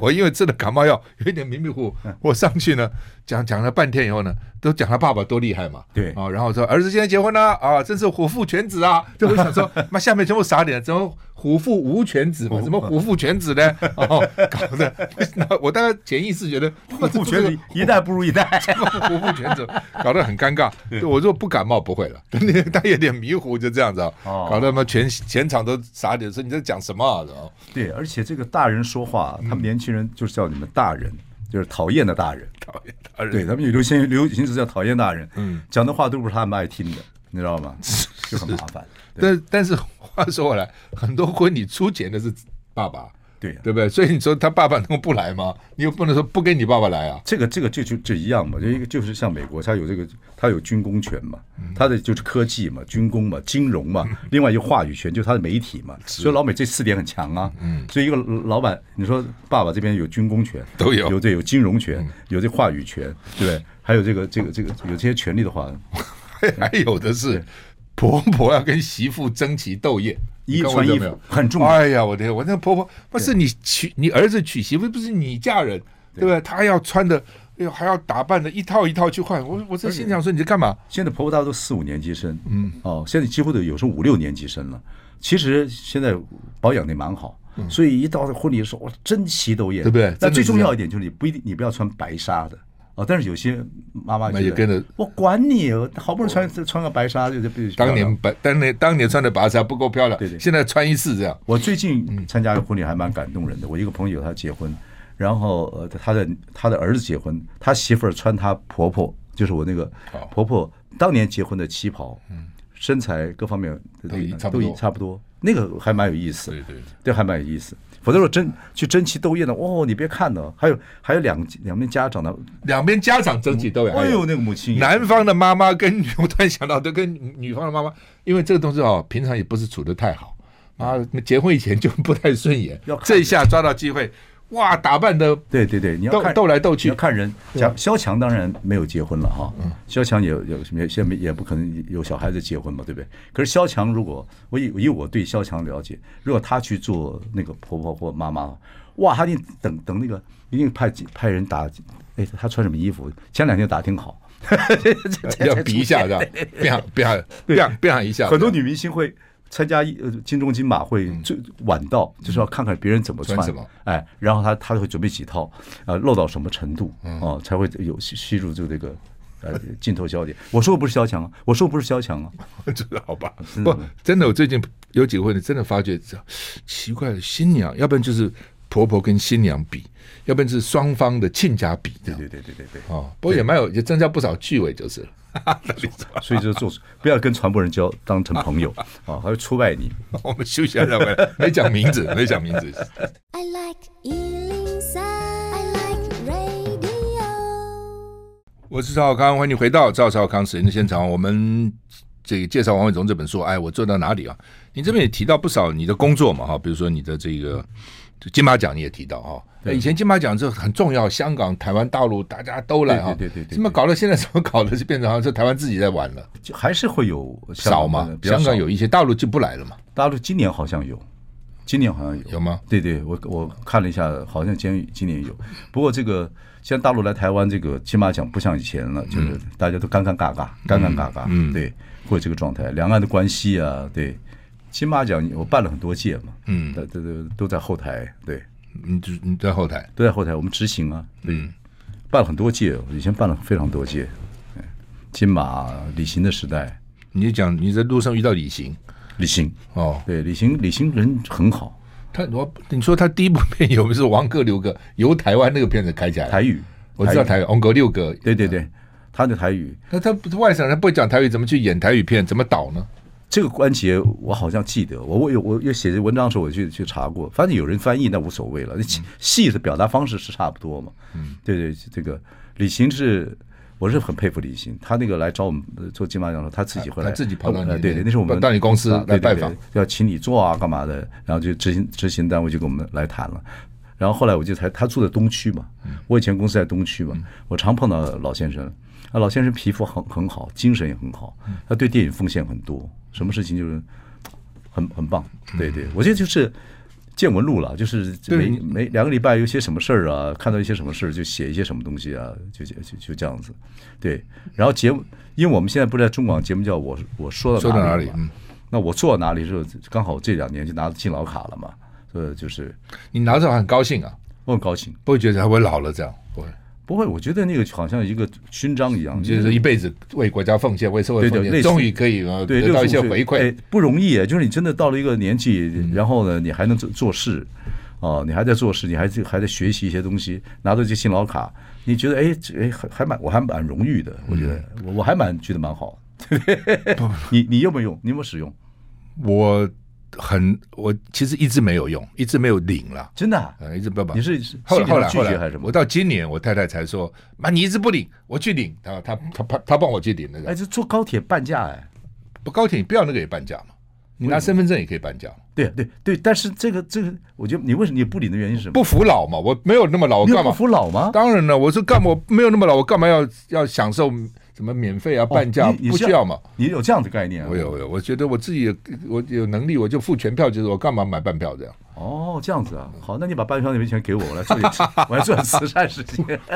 Speaker 2: 我因为吃了感冒药，有一点迷迷糊糊，
Speaker 3: 嗯
Speaker 2: 我上去呢讲讲了半天以后呢，都讲他爸爸多厉害嘛，
Speaker 3: 对
Speaker 2: 啊、然后说儿子现在结婚了啊，真是虎父犬子啊！就我想说，妈下面全部傻脸，怎么虎父无犬子嘛？怎么虎父犬子
Speaker 3: *laughs*
Speaker 2: 呢？哦，搞得 *laughs* 那我大概潜意识觉得
Speaker 3: 我
Speaker 2: 这不
Speaker 3: 觉
Speaker 2: 是
Speaker 3: 得一代不如一
Speaker 2: *laughs*
Speaker 3: 代。 *laughs*
Speaker 2: 活不全责，搞得很尴尬。就我说不感冒不会了， *laughs* 但那他有点迷糊，就这样子啊，
Speaker 3: 哦
Speaker 2: 搞得他妈全全场都傻点，说你在讲什么啊？然后
Speaker 3: 对，而且这个大人说话，
Speaker 2: 嗯
Speaker 3: 他们年轻人就是叫你们大人，就是讨厌的大人。
Speaker 2: 讨厌他人，
Speaker 3: 对他们有流行流行词叫讨厌大人，
Speaker 2: 嗯，
Speaker 3: 讲的话都不是他们爱听的，你知
Speaker 2: *laughs*
Speaker 3: 道吗？就很麻烦。对
Speaker 2: 但但是话说回来，很多婚礼出钱的是爸爸，
Speaker 3: 对
Speaker 2: 对不对？所以你说他爸爸能不来吗？你又不能说不跟你爸爸来啊。
Speaker 3: 这个这个就就就一样嘛，就一
Speaker 2: 嗯
Speaker 3: 个就是像美国，它有这个，它有军工权嘛，它的就是科技嘛、军工嘛、金融嘛，
Speaker 2: 嗯
Speaker 3: 另外一个话语权就是它的媒体嘛，所以老美这四点很强啊。嗯，所以一个老板，你说爸爸这边有军工权，
Speaker 2: 都有 *laughs* 嗯
Speaker 3: 有这有金融权，有这话语权，对不对？还有这个这个这个有这些权利的话，
Speaker 2: 还有的是婆婆要跟媳妇争奇斗艳，你
Speaker 3: 衣
Speaker 2: 看我
Speaker 3: 穿
Speaker 2: 有
Speaker 3: 衣
Speaker 2: 没
Speaker 3: 服
Speaker 2: 有
Speaker 3: 很重
Speaker 2: *laughs*
Speaker 3: 要。
Speaker 2: 哎呀，我的天，我那婆婆不是你娶你儿子娶媳妇，不是你嫁人，对不对？她要穿的，哎呦，还要打扮的，一套一套去换。我我在心想说，你在干嘛？
Speaker 3: 现在婆婆大都四五年级生，
Speaker 2: 嗯，
Speaker 3: 哦，现在几乎都有时候五六年级生了。其实现在保养的蛮好，所以一到婚礼的时候，哇，争奇斗
Speaker 2: 嗯
Speaker 3: 艳，
Speaker 2: 对不对
Speaker 3: 那
Speaker 2: 真的
Speaker 3: 最
Speaker 2: 是
Speaker 3: 重
Speaker 2: 这
Speaker 3: 要
Speaker 2: 样
Speaker 3: 一点就是你不一定你不要穿白纱的哦，但是有些妈妈
Speaker 2: 那
Speaker 3: 觉
Speaker 2: 也
Speaker 3: 得
Speaker 2: 跟着
Speaker 3: 我管你，我好不容易穿穿个白纱就就必须
Speaker 2: 当
Speaker 3: 漂
Speaker 2: 年
Speaker 3: 亮
Speaker 2: 白，当年当年穿的白纱不够漂亮，
Speaker 3: 对对
Speaker 2: 现在穿一次这样。
Speaker 3: 我最
Speaker 2: 嗯
Speaker 3: 近参加一个婚礼还蛮感动人的，我一个朋友他结婚，然后呃他的他的儿子结婚，他媳妇儿穿他婆婆，就是我那个
Speaker 2: 哦嗯
Speaker 3: 婆婆当年结婚的旗袍，身材各方面
Speaker 2: 都已差不多
Speaker 3: 已差不多，那个还蛮有意思，
Speaker 2: 对对，
Speaker 3: 这还蛮有意思。否则我争去争奇斗艳的，哦，你别看呢，还有还有两两面家长的，
Speaker 2: 两边家长争起斗来。
Speaker 3: 哎呦，那个母亲也是，
Speaker 2: 男方的妈妈跟女，我突然想到，都跟女女方的妈妈，因为这个东西哦，平常也不是处的太好，妈结婚以前就不太顺眼
Speaker 3: 要，看
Speaker 2: 这一下抓到机会，哇，打扮
Speaker 3: *laughs*
Speaker 2: 的
Speaker 3: 对对对，你要
Speaker 2: 斗
Speaker 3: 看
Speaker 2: 斗来斗去嗯
Speaker 3: 你要看人。蒋萧强当然没有结婚了哈，萧强也有也现在没也不可能有小孩子结婚嘛，对不对？可是萧强如果我以以我对萧强了解，如果他去做那个婆婆或妈妈，哇，他一定等等那个一定派几派人打，哎，他穿什么衣服？前两天打挺好，
Speaker 2: 要比一下，这样，变变变变一下，
Speaker 3: 很多女明星会。参加一呃金钟金马会最晚到，就是要看看别人怎么
Speaker 2: 嗯
Speaker 3: 穿，
Speaker 2: 穿什么
Speaker 3: 哎，然后她她会准备几套，呃，露到什么程度，
Speaker 2: 嗯
Speaker 3: 哦、才会有吸吸入住这个呃镜头焦点。我说的不是萧蔷啊，我说的不是萧蔷啊，
Speaker 2: 知 *laughs* 道吧？
Speaker 3: 真的
Speaker 2: 不，真的，我最近有几个问题，真的发觉这奇怪了，新娘，要不然就是婆婆跟新娘比，要不然就是双方的亲家比，这样
Speaker 3: 对对对对对，
Speaker 2: 哦，不过也蛮有，也增加不少趣味就是了。
Speaker 3: 所以就做不要跟传播人交当成朋
Speaker 2: *laughs*
Speaker 3: 友啊，还会出卖你。
Speaker 2: *laughs* 我们休息一下再回来， *laughs* 没讲名字，没讲名字。
Speaker 4: I like Ealing Sound. I like radio.
Speaker 2: 我是赵少康，欢迎你回到赵少康时间的现场。我们这个介绍王伟忠这本书，哎，我做到哪里啊？你这边也提到不少你的工作嘛，哈，比如说你的这个就金马奖你也提到哈。那以前金马奖这很重要，香港、台湾、大陆大家都来哈，
Speaker 3: 对对对对对
Speaker 2: 怎么搞到现在怎么搞的，就变成好像是台湾自己在玩了，
Speaker 3: 就还是会有香港
Speaker 2: 少嘛
Speaker 3: 的？比较
Speaker 2: 香
Speaker 3: *laughs* 少
Speaker 2: 港有一些，大陆就不来了嘛，
Speaker 3: 大陆今年好像有，今年好像有
Speaker 2: 有吗？
Speaker 3: 对对，我我看了一下，好像今今年有，不过这个现在大陆来台湾这个金马奖不像以前了，就是大家都干干尬尬，干干尬尬，
Speaker 2: 嗯
Speaker 3: 对，会有这个状态，两岸的关系啊，对，金马奖我办了很多届嘛，
Speaker 2: 嗯
Speaker 3: 都都都都在后台，对，
Speaker 2: 你嗯就你在后台，
Speaker 3: 都在后台，我们执行啊，
Speaker 2: 嗯，
Speaker 3: 办了很多届，以前办了非常多届，对金马李行的时代，
Speaker 2: 你就讲你在路上遇到李行
Speaker 3: 李行，
Speaker 2: 哦，
Speaker 3: 对，李行李行人很好，
Speaker 2: 他我你说他第一部片有没有是王哥刘哥由台湾那个片子开起来的？
Speaker 3: 台语，
Speaker 2: 我知道台语，翁格六个。
Speaker 3: 对对对，他的台语。
Speaker 2: 那他不是外省人，不会讲台语，怎么去演台语片？怎么导呢？
Speaker 3: 这个关节我好像记得，我我有我有写这文章的时候我去去查过，反正有人翻译那无所谓了，那
Speaker 2: 嗯
Speaker 3: 戏戏的表达方式是差不多嘛。嗯，对对，这个李行是。我是很佩服李行，他那个来找我们呃做金马奖的时候，他自己回来，
Speaker 2: 啊他自己跑到你
Speaker 3: 呃对对，那是我们
Speaker 2: 到你公司
Speaker 3: 啊
Speaker 2: 来
Speaker 3: 对对
Speaker 2: 拜
Speaker 3: 对
Speaker 2: 访
Speaker 3: 要请你做啊，干嘛的？然后就执行执行单位就跟我们来谈了。然后后来我就才他住在东区嘛，
Speaker 2: 嗯
Speaker 3: 我以前公司在东区嘛，我常碰到老先生。啊，老先生皮肤很很好，精神也很好，
Speaker 2: 嗯
Speaker 3: 他对电影奉献很多，什么事情就是很很棒。对对，我觉得就是见闻录了，就是每
Speaker 2: 嗯对你
Speaker 3: 每两个礼拜有些什么事儿啊，看到一些什么事儿就写一些什么东西啊，就就就就这样子。对，然后节目，因为我们现在不是在中广节目叫我我说
Speaker 2: 说
Speaker 3: 到
Speaker 2: 到
Speaker 3: 哪
Speaker 2: 哪
Speaker 3: 里
Speaker 2: 里
Speaker 3: 嘛？
Speaker 2: 嗯，
Speaker 3: 那我做到哪里是刚好这两年就拿到敬老卡了嘛，所以就是
Speaker 2: 你拿着很高兴啊，
Speaker 3: 我很高兴。
Speaker 2: 不会觉得我老了这样，不会，
Speaker 3: 不会，我觉得那个好像一个勋章一样，
Speaker 2: 就是一辈子为国家奉献，为社会
Speaker 3: 对嗯对
Speaker 2: 奉献，
Speaker 3: 类似
Speaker 2: 终于可以呃
Speaker 3: 对
Speaker 2: 得到一些
Speaker 3: 65岁
Speaker 2: 回馈嗯
Speaker 3: 哎。，不容易。就是你真的到了一个年纪，然后呢，你还能做做事，哦，你还在做事，你还在还在学习一些东西，拿到这新劳卡，你觉得哎这哎还还蛮我还蛮荣誉
Speaker 2: 嗯
Speaker 3: 的，我觉得我我还蛮觉得蛮好。
Speaker 2: *laughs*
Speaker 3: *laughs* 你你用没用？你有没有使用？
Speaker 2: 我很，我其实一直没有用，一直没有领了，
Speaker 3: 真的啊？
Speaker 2: 呃，一直不不
Speaker 3: 你。是
Speaker 2: 后来
Speaker 3: 心里
Speaker 2: 后来
Speaker 3: 拒
Speaker 2: 后
Speaker 3: 绝还
Speaker 2: 来
Speaker 3: 是什，么
Speaker 2: 我？到今年，我太太才说：“妈，你一直不领，我去领。”她她她她她帮我去领那
Speaker 3: 哎，
Speaker 2: 个。
Speaker 3: 这坐高铁半价哎。
Speaker 2: 不高铁你不要那个也半价嘛，你拿身份证也可以半价嘛。
Speaker 3: 对对对，但是这个这个，我觉得你为什么你不领的原因是什么？
Speaker 2: 不服老嘛，我没有那么老，我
Speaker 3: 你有
Speaker 2: 干
Speaker 3: 不
Speaker 2: 嘛？
Speaker 3: 服老吗？
Speaker 2: 当然了，我是干嘛我没有那么老，我干嘛要要享受什么免费啊、半价、
Speaker 3: 哦你你
Speaker 2: 不
Speaker 3: 是
Speaker 2: 需要嘛。哎
Speaker 3: 你有这样的概念啊？
Speaker 2: 我有我有，我觉得我自己有我有能力，我就付全票，就是我干嘛买半票这样？
Speaker 3: 哦，这样子啊，好，那你把半票那边钱给我，我来做点，我来做点慈善事情。 *laughs*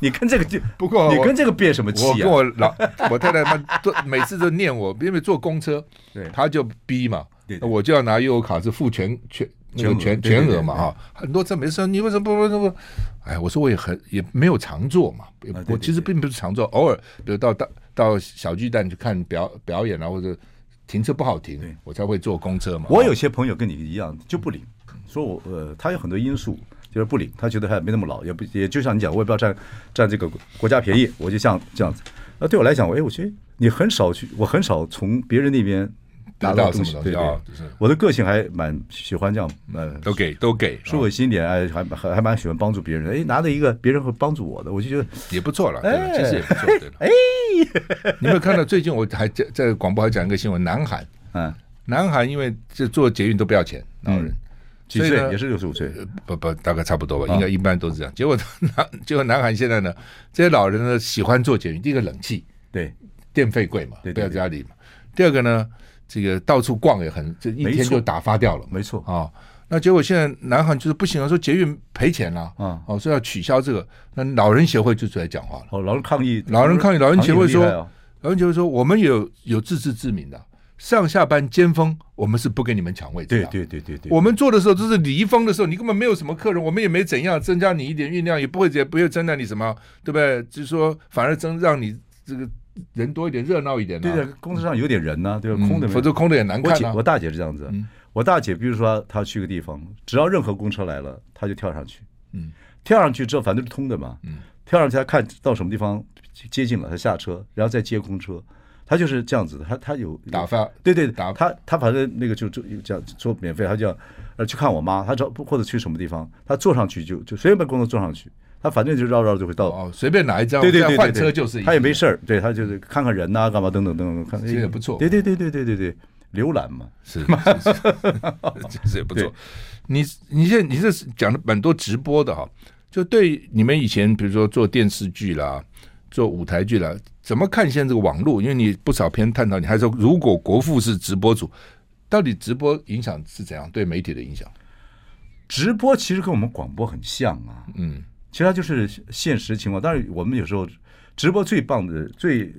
Speaker 3: 你跟这个就
Speaker 2: 不过
Speaker 3: 你
Speaker 2: 我
Speaker 3: 跟这个变什么气
Speaker 2: 我
Speaker 3: 啊？
Speaker 2: 跟我老 *laughs* 我太太她都每次都念我，因为坐公车，
Speaker 3: 对
Speaker 2: 她就逼嘛，
Speaker 3: 对对
Speaker 2: 我就要拿悠游卡是付全全那个
Speaker 3: 全额
Speaker 2: 全
Speaker 3: 对
Speaker 2: 全
Speaker 3: 对
Speaker 2: 额嘛
Speaker 3: 对
Speaker 2: 哈，很多车没事，你为什么不不不？哎，我说我也很也没有常坐嘛也
Speaker 3: 啊，对
Speaker 2: 我
Speaker 3: 对
Speaker 2: 其实
Speaker 3: 对
Speaker 2: 并不是常坐，偶尔比如到到到小巨蛋去看表表演啊，或者停车不好停
Speaker 3: 对，
Speaker 2: 我才会坐公车嘛。
Speaker 3: 我
Speaker 2: 哈
Speaker 3: 有些朋友跟你一样就不领，说我呃，他有很多因素就是不领，他觉得还没那么老，也不也就像你讲，我也不要占占这个国家便宜，我就像这样子。那对我来讲，哎，我觉得你很少去，我很少从别人那边拿
Speaker 2: 得到
Speaker 3: 东西，
Speaker 2: 什么东西
Speaker 3: 对
Speaker 2: 啊
Speaker 3: 对
Speaker 2: 就是，
Speaker 3: 我的个性还蛮喜欢这样，呃，
Speaker 2: 都给都给，
Speaker 3: 说我心里哎，还还还蛮喜欢帮助别人，哎，拿着一个别人会帮助我的，我就觉得
Speaker 2: 也不错了，对了，
Speaker 3: 哎
Speaker 2: 其实也不错，对了。哎， *laughs* 你有没有看到最近我还在在广播还讲一个新闻，南韩，
Speaker 3: 嗯，
Speaker 2: 南韩因为这做捷运都不要钱，老人。
Speaker 3: 几
Speaker 2: 所以
Speaker 3: 岁
Speaker 2: 呢
Speaker 3: 也是六十五岁，
Speaker 2: 呃不不，大概差不多吧，
Speaker 3: 嗯啊
Speaker 2: 应该一般都是这样。结果南，结果南韩现在呢，这些老人呢喜欢坐捷运，第一个冷气，
Speaker 3: 对，
Speaker 2: 电费贵嘛，
Speaker 3: 对
Speaker 2: 不
Speaker 3: 对
Speaker 2: 要家里嘛。第二个呢，这个到处逛也很，这一
Speaker 3: 没
Speaker 2: 天
Speaker 3: 错
Speaker 2: 就打发掉了嘛。
Speaker 3: 没错，
Speaker 2: 哦，那结果现在南韩就是不行了，说捷运赔钱了，
Speaker 3: 啊
Speaker 2: 哦，说要取消这个。那老人协会就出来讲话了。
Speaker 3: 哦，老人抗议，
Speaker 2: 老人抗议老人协会说
Speaker 3: 抗议很厉害啊
Speaker 2: 然后就说我们有有自知之明的，上下班尖峰我们是不给你们抢位置
Speaker 3: 对
Speaker 2: 的。
Speaker 3: 对对对对，
Speaker 2: 我们做的时候，这是离峰的时候，你根本没有什么客人，我们也没怎样增加你一点运量，也不会也不会增加你什么，对不对？就是说反而增让你这个人多一点，热闹一点、啊。
Speaker 3: 对的，公车上有点人呢，对吧？
Speaker 2: 嗯
Speaker 3: 空的没有
Speaker 2: 否则空的也难
Speaker 3: 我
Speaker 2: 看
Speaker 3: 姐
Speaker 2: 啊
Speaker 3: 我。大姐是这样子
Speaker 2: 嗯，
Speaker 3: 我大姐比如说她去个地方，只要任何公车来了，她就跳上去，
Speaker 2: 嗯，
Speaker 3: 跳上去之后反正是通的嘛，
Speaker 2: 嗯，
Speaker 3: 跳上去她看到什么地方接近了，她下车，然后再接公车，她就是这样子的，她她有
Speaker 2: 打发
Speaker 3: 对对，
Speaker 2: 打
Speaker 3: 她她反正那个就就就这样做免费，她就要呃去看我妈，她找或者去什么地方，她坐上去就就随便把公车坐上去，她反正就绕绕就会到。
Speaker 2: 哦，随便哪一张，
Speaker 3: 对对对
Speaker 2: 再
Speaker 3: 对对
Speaker 2: 换车就是一
Speaker 3: 他也没事儿，对他就是看看人呐、干嘛等等等等，看
Speaker 2: 这也不错
Speaker 3: 对对对对对对对，浏览嘛，
Speaker 2: *laughs* 是，是 *laughs* 是这也不错
Speaker 3: 对。
Speaker 2: 你你现在你这是讲的蛮多直播的哈，就对你们以前比如说做电视剧啦，做舞台剧啦，怎么看现在这个网络？因为你不少篇探讨，你还说如果国父是直播主，到底直播影响是怎样对媒体的影响？
Speaker 3: 直播其实跟我们广播很像啊，
Speaker 2: 嗯，
Speaker 3: 其实它就是现实情况。当然，我们有时候直播最棒的、最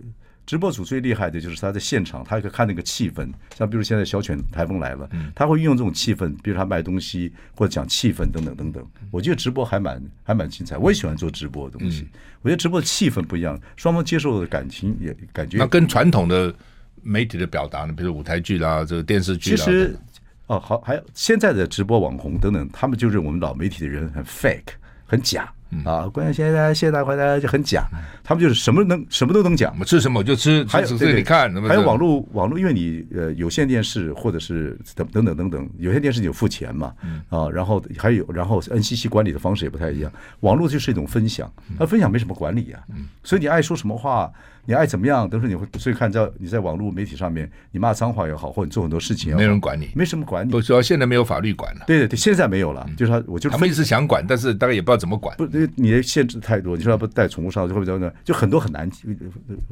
Speaker 3: 直播主最厉害的就是他在现场，他可以看那个气氛。像比如现在小犬台风来了，
Speaker 2: 嗯
Speaker 3: 他会运用这种气氛，比如他卖东西或者讲气氛等等等等。
Speaker 2: 嗯
Speaker 3: 我觉得直播还蛮还蛮精彩，我也喜欢做直播的东西。
Speaker 2: 嗯
Speaker 3: 我觉得直播的气氛不一样，双方接受的感情也感觉
Speaker 2: 那跟传统的媒体的表达呢，比如舞台剧啦，这个电视剧
Speaker 3: 其
Speaker 2: 啦，
Speaker 3: 实哦，好，还有现在的直播网红等等，他们就是我们老媒体的人很 fake，很假。
Speaker 2: 嗯
Speaker 3: 啊，关键现在现在大家就很假，他们就是什么能什么都能讲
Speaker 2: 我，们吃什么我就吃，
Speaker 3: 还有
Speaker 2: 只
Speaker 3: 对
Speaker 2: 嗯是
Speaker 3: 对
Speaker 2: 你看，那么
Speaker 3: 还有
Speaker 2: 这
Speaker 3: 网络网络，因为你呃有线电视或者是等等等等等，有线电视你有付钱嘛，
Speaker 2: 嗯
Speaker 3: 啊，然后还有然后 NCC 管理的方式也不太一样，网络就是一种分享，
Speaker 2: 嗯
Speaker 3: 那分享没什么管理呀、所以你爱说什么话，你爱怎么样，都是你会，所以看在你在网络媒体上面，你骂脏话也好，或者你做很多事情也好，
Speaker 2: 没人管你，
Speaker 3: 没什么管理
Speaker 2: 不，主要现在没有法律管了，
Speaker 3: 对对对，现在没有了，就是他，我就是
Speaker 2: 他们一直想管，但是大概也不知道怎么管。
Speaker 3: 不，那个你的限制太多，你说要不带宠物上，就会不会就很多很难呃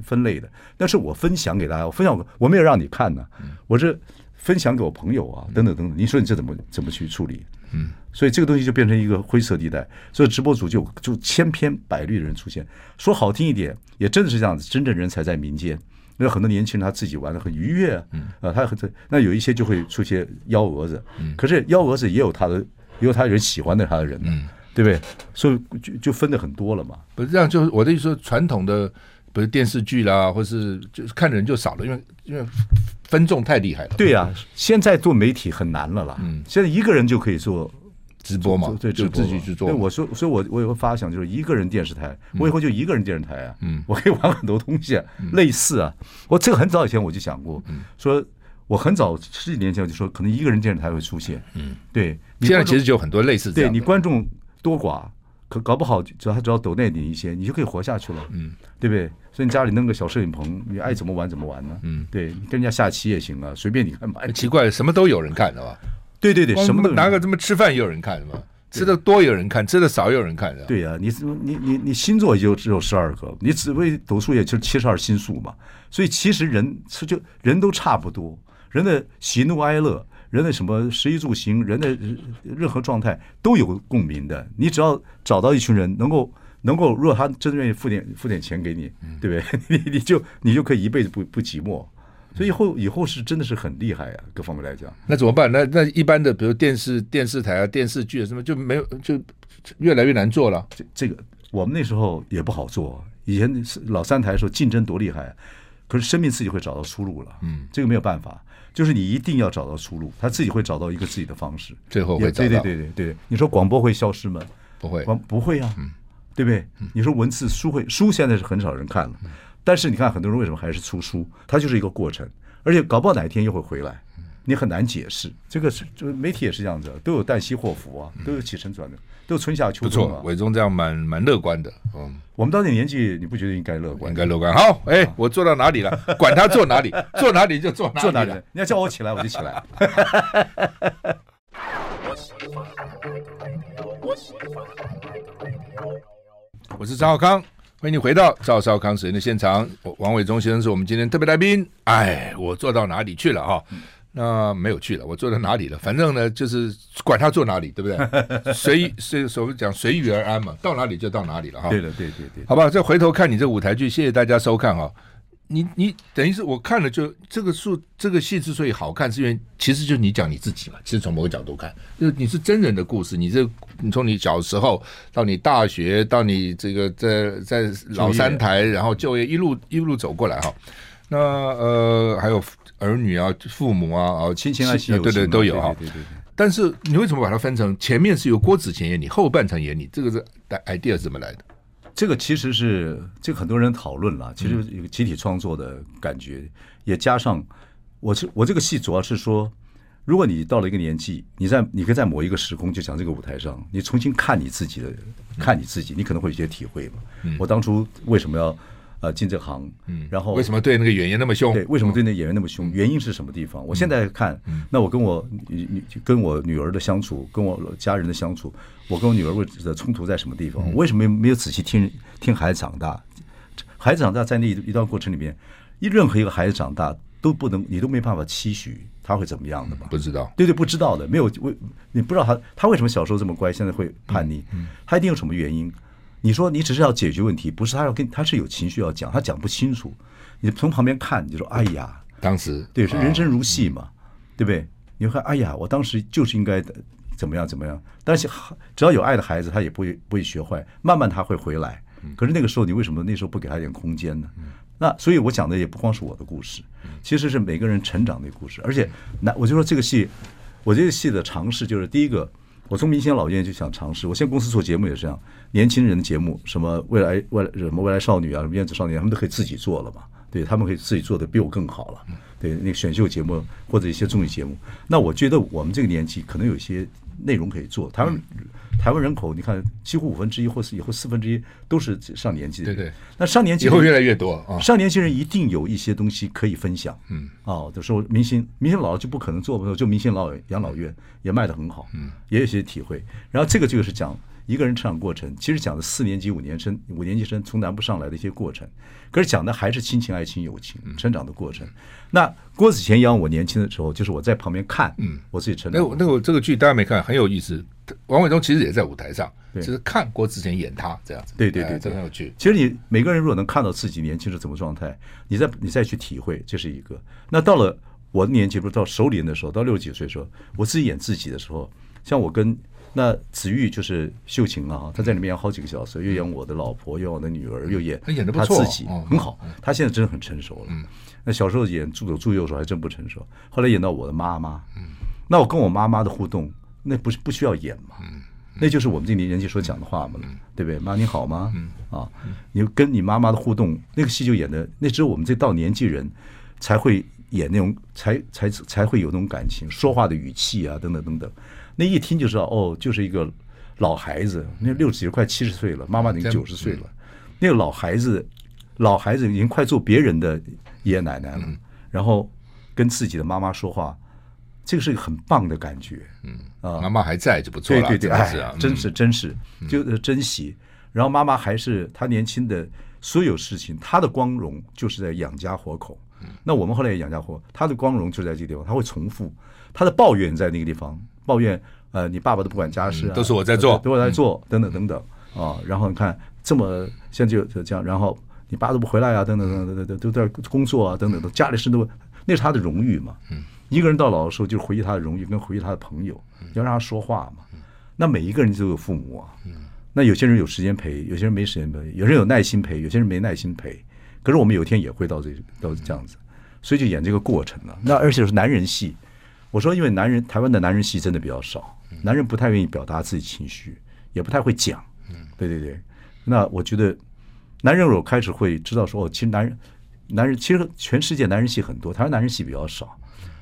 Speaker 3: 分类的。但是我分享给大家，我分享我没有让你看呢、我是分享给我朋友啊，等等等等。你说你这怎么怎么去处理？嗯，所以这个东西就变成一个灰色地带，所以直播主就有就千篇百律的人出现。说好听一点，也真的是这样子，真正人才在民间。那很多年轻人他自己玩的很愉悦啊，啊，他很那有一些就会出现幺蛾子，可是幺蛾子也有他的，也有他人喜欢的他的人呢、啊对不对？所以就就分的很多了嘛。
Speaker 2: 不是这样，就是我的意思说，传统的不是电视剧啦，或是就是看的人就少了，因为因为分众太厉害了，
Speaker 3: 对呀、现在做媒体很难了啦，现在一个人就可以做
Speaker 2: 直播嘛
Speaker 3: 嗯做，对
Speaker 2: 就
Speaker 3: 直播
Speaker 2: 自
Speaker 3: 嘛嗯
Speaker 2: 己去做
Speaker 3: 对，
Speaker 2: 嘛。
Speaker 3: 我说，所以我我有个发想，就是一个人电视台，我以后就一个人电视台啊，我可以玩很多东西啊，类似啊。我这个很早以前我就想过，说我很早十几年前我就说，可能一个人电视台会出现，嗯，对。你
Speaker 2: 现在
Speaker 3: 观众
Speaker 2: 其实就有很多类似这
Speaker 3: 对
Speaker 2: 样
Speaker 3: 你
Speaker 2: 的，
Speaker 3: 观众多寡，可搞不好只要他只要抖内你一些，你就可以活下去了，嗯，对不对？所以你家里弄个小摄影棚，你爱怎么玩怎么玩呢？嗯，对你跟人家下棋也行啊，随便你干嘛。
Speaker 2: 奇怪，什么都有人看，的吧？
Speaker 3: 对对对，什么都
Speaker 2: 呃光拿
Speaker 3: 有
Speaker 2: 个什么吃饭也有人看，是吧？吃的多有人看，吃的少有人看的。
Speaker 3: 对呀、你你你你星座也就只有十二个，你紫微斗数也就七十二星宿嘛，所以其实人是就人都差不多，人的喜怒哀乐，人的什么食衣住行，人的呃任何状态都有共鸣的。你只要找到一群人能够能够，如果他真的愿意付点付点钱给你，对 *laughs* 不对？你你就你就可以一辈子不不寂寞。所以以后以后是真的是很厉害啊，各方面来讲。
Speaker 2: 那怎么办？那那一般的，比如电视电视台啊、电视剧啊什么，就没有就越来越难做了。
Speaker 3: 这这个我们那时候也不好做，以前是老三台的时候竞争多厉害，可是生命自己会找到出路了，嗯，这个没有办法，就是你一定要找到出路，他自己会找到一个自己的方式，
Speaker 2: 最后会
Speaker 3: 也
Speaker 2: 找
Speaker 3: 对
Speaker 2: 到
Speaker 3: 对对对对，你说广播会消失吗？
Speaker 2: 不会，
Speaker 3: 广不会
Speaker 2: 嗯
Speaker 3: 啊，对不对？你说文字书会书现在是很少人看了，
Speaker 2: 嗯
Speaker 3: 但是你看很多人为什么还是出书？它就是一个过程，而且搞不好哪一天又会回来。
Speaker 2: 嗯
Speaker 3: 你很难解释，这个是就是媒体也是这样子，啊都有旦夕祸福啊，都有起承转的，都有春夏
Speaker 2: 嗯
Speaker 3: 秋
Speaker 2: 不
Speaker 3: 冬啊
Speaker 2: 错。。伟忠这样蛮蛮乐观的，嗯，
Speaker 3: 我们到那年纪，你不觉得应该乐
Speaker 2: 我应
Speaker 3: 观？
Speaker 2: 该乐观。
Speaker 3: 啊
Speaker 2: 好，哎，我做到哪里
Speaker 3: *laughs*
Speaker 2: 了？管他做哪里，做哪里就做哪里。
Speaker 3: 坐哪里？你要叫我起来，我就起
Speaker 2: *laughs*
Speaker 3: 来。
Speaker 2: 我是赵少康，欢迎你回到赵少康时间的现场。我王伟忠先生是我们今天特别来宾。哎，我做到哪里去了
Speaker 3: 嗯
Speaker 2: 哈？那没有去了，我做到哪里了？反正呢，就是管他做哪里，对不
Speaker 3: *laughs*
Speaker 2: 对？随随所谓讲随遇而安嘛，到哪里就到哪里了哈。
Speaker 3: 对的，对对对，
Speaker 2: 好吧，再回头看你这舞台剧，谢谢大家收看哈、你你等于是我看了就这个数这个戏之所以好看，是因为其实就是你讲你自己嘛。其实从某个角度看，就是你是真人的故事，你这你从你小时候到你大学，到你这个在在老三台，然后就业一路一路走过来哈、那呃还有儿女啊、父母啊、啊
Speaker 3: 亲情爱情
Speaker 2: 对
Speaker 3: 友情
Speaker 2: 对
Speaker 3: 嘛
Speaker 2: 都有哈、
Speaker 3: 对对对对对
Speaker 2: 但是你为什么把它分成前面是由郭子乾演你，后半场演你？这个是哎 idea 是怎么来的？
Speaker 3: 这个其实是这个很多人讨论了，其实
Speaker 2: 嗯
Speaker 3: 有个集体创作的感觉，也加上我是我这个戏主要是说，如果你到了一个年纪，你在你可以在某一个时空，就讲这个舞台上，你重新看你自己的，
Speaker 2: 嗯
Speaker 3: 看你自己，你可能会有一些体会吧。我当初为什么要呃进这行？嗯，然后
Speaker 2: 为什么对那个演员那么凶？
Speaker 3: 对，为什么对那演员那么凶？原因是什么地方？我现在看，那我跟我女女跟我女儿的相处，跟我家人的相处，我跟我女儿为的冲突在什么地方？我为什么没没有仔细听听孩子长大？孩子长大在那一一段过程里面，一任何一个孩子长大都不能，你都没办法期许他会怎么样的吧？
Speaker 2: 不知道。
Speaker 3: 对对，不知道的，没有为你不知道他他为什么小时候这么乖，现在会叛逆，他一定有什么原因。你说你只是要解决问题，不是他要跟他是有情绪要讲，他讲不清楚。你从旁边看，你就说哎呀，
Speaker 2: 当时
Speaker 3: 对，是人生如戏嘛，对不对？你会看，哎呀，我当时就是应该的怎么样怎么样。但是只要有爱的孩子，他也不会不会学坏，慢慢他会回来。可是那个时候，你为什么那时候不给他一点空间呢？那所以我讲的也不光是我的故事，其实是每个人成长的故事。而且，那我就说这个戏，我这个戏的尝试就是第一个，我从明星老演就想尝试，我现在公司做节目也是这样，年轻人的节目，什么未来未来什么未来少女啊，什么燕子少年，他们都可以自己做了嘛，对他们可以自己做的比我更好了，对那个选秀节目或者一些综艺节目，那我觉得我们这个年纪可能有一些内容可以做，台湾。台湾人口，你看几乎五分之一，或是以后四分之一都是上年纪的。
Speaker 2: 对对。
Speaker 3: 那上年纪
Speaker 2: 以后越来越多啊。
Speaker 3: 上年轻人一定有一些东西可以分享，嗯，哦，就说明星，明星老了就不可能做不到，就明星老养老院也卖得很好，嗯，也有一些体会。然后这个就是讲一个人成长过程，其实讲的四年级、五年生、五年级生从南部上来的一些过程，可是讲的还是亲情、爱情、友情
Speaker 2: 嗯
Speaker 3: 成长的过程。那郭子乾养我年轻的时候，就是我在旁边看，嗯，我自己成长
Speaker 2: 那哎
Speaker 3: 的
Speaker 2: 我
Speaker 3: 过程。
Speaker 2: 那我这个剧大家没看，很有意思。王伟忠其实也在舞台上，
Speaker 3: 对
Speaker 2: 就是看郭子乾演他这样子。
Speaker 3: 对对
Speaker 2: 哎
Speaker 3: 对对
Speaker 2: 这个很有趣。
Speaker 3: 其实你每个人如果能看到自己年轻是怎么状态，你再你再去体会，这是一个。那到了我的年纪，不是到熟龄的时候，到六十几岁的时候，我自己演自己的时候，像我跟那子玉就是秀琴啊，她在里面演好几个角色，又演我的老婆，又演我的女儿，又演
Speaker 2: 她演得不
Speaker 3: 她
Speaker 2: 错
Speaker 3: 自己
Speaker 2: 哦嗯
Speaker 3: 很好。她现在真的很成熟了。那小时候演助左助右的时候还真不成熟，后来演到我的妈妈，
Speaker 2: 嗯
Speaker 3: 那我跟我妈妈的互动，那不是不需要演嘛，
Speaker 2: 嗯
Speaker 3: 那就是我们这个年纪所讲的话嘛，对不对？妈你好吗？
Speaker 2: 嗯
Speaker 3: 啊，你跟你妈妈的互动，那个戏就演的，那只有我们这到年纪人才会演那种，才才才会有那种感情，说话的语气啊，等等等等，那一听就知道哦，就是一个老孩子，那六十几快七十岁了，妈妈已经
Speaker 2: 真
Speaker 3: 九十岁了，那个老孩子，老孩子已经快做别人的爷爷奶奶了，然后跟自己的妈妈说话，这个是一个很棒的感觉。啊
Speaker 2: 妈妈还在就不错
Speaker 3: 对
Speaker 2: 了，
Speaker 3: 对
Speaker 2: 真
Speaker 3: 对，
Speaker 2: 的
Speaker 3: 哎
Speaker 2: 是啊，，
Speaker 3: 真
Speaker 2: 嗯
Speaker 3: 是真是，就呃珍惜。然后妈妈还是她年轻的所有事情，她的光荣就是在养家活口。那我们后来也养家活，她的光荣就在这个地方，她会重复，她的抱怨在那个地方，抱怨呃你爸爸都不管家事
Speaker 2: 嗯
Speaker 3: 啊，
Speaker 2: 都是我在做嗯
Speaker 3: 都我在做，等等等等啊。然后你看这么现在就就这样，然后你爸都不回来啊，等等等等等等，都在工作啊，等等等，家里事都那是他的荣誉嘛。嗯，一个人到老的时候就是回忆他的荣誉，跟回忆他的朋友，
Speaker 2: 嗯
Speaker 3: 要让他说话嘛。那每一个人都有父母啊。
Speaker 2: 嗯
Speaker 3: 那有些人有时间陪，有些人没时间陪，有些人有耐心陪，有些人没耐心陪。可是我们有一天也会到这到这样子，所以就演这个过程了、那而且是男人戏，我说因为男人台湾的男人戏真的比较少，男人不太愿意表达自己情绪，也不太会讲。对对对。那我觉得男人我开始会知道说，哦，其实男人男人其实全世界男人戏很多，台湾男人戏比较少，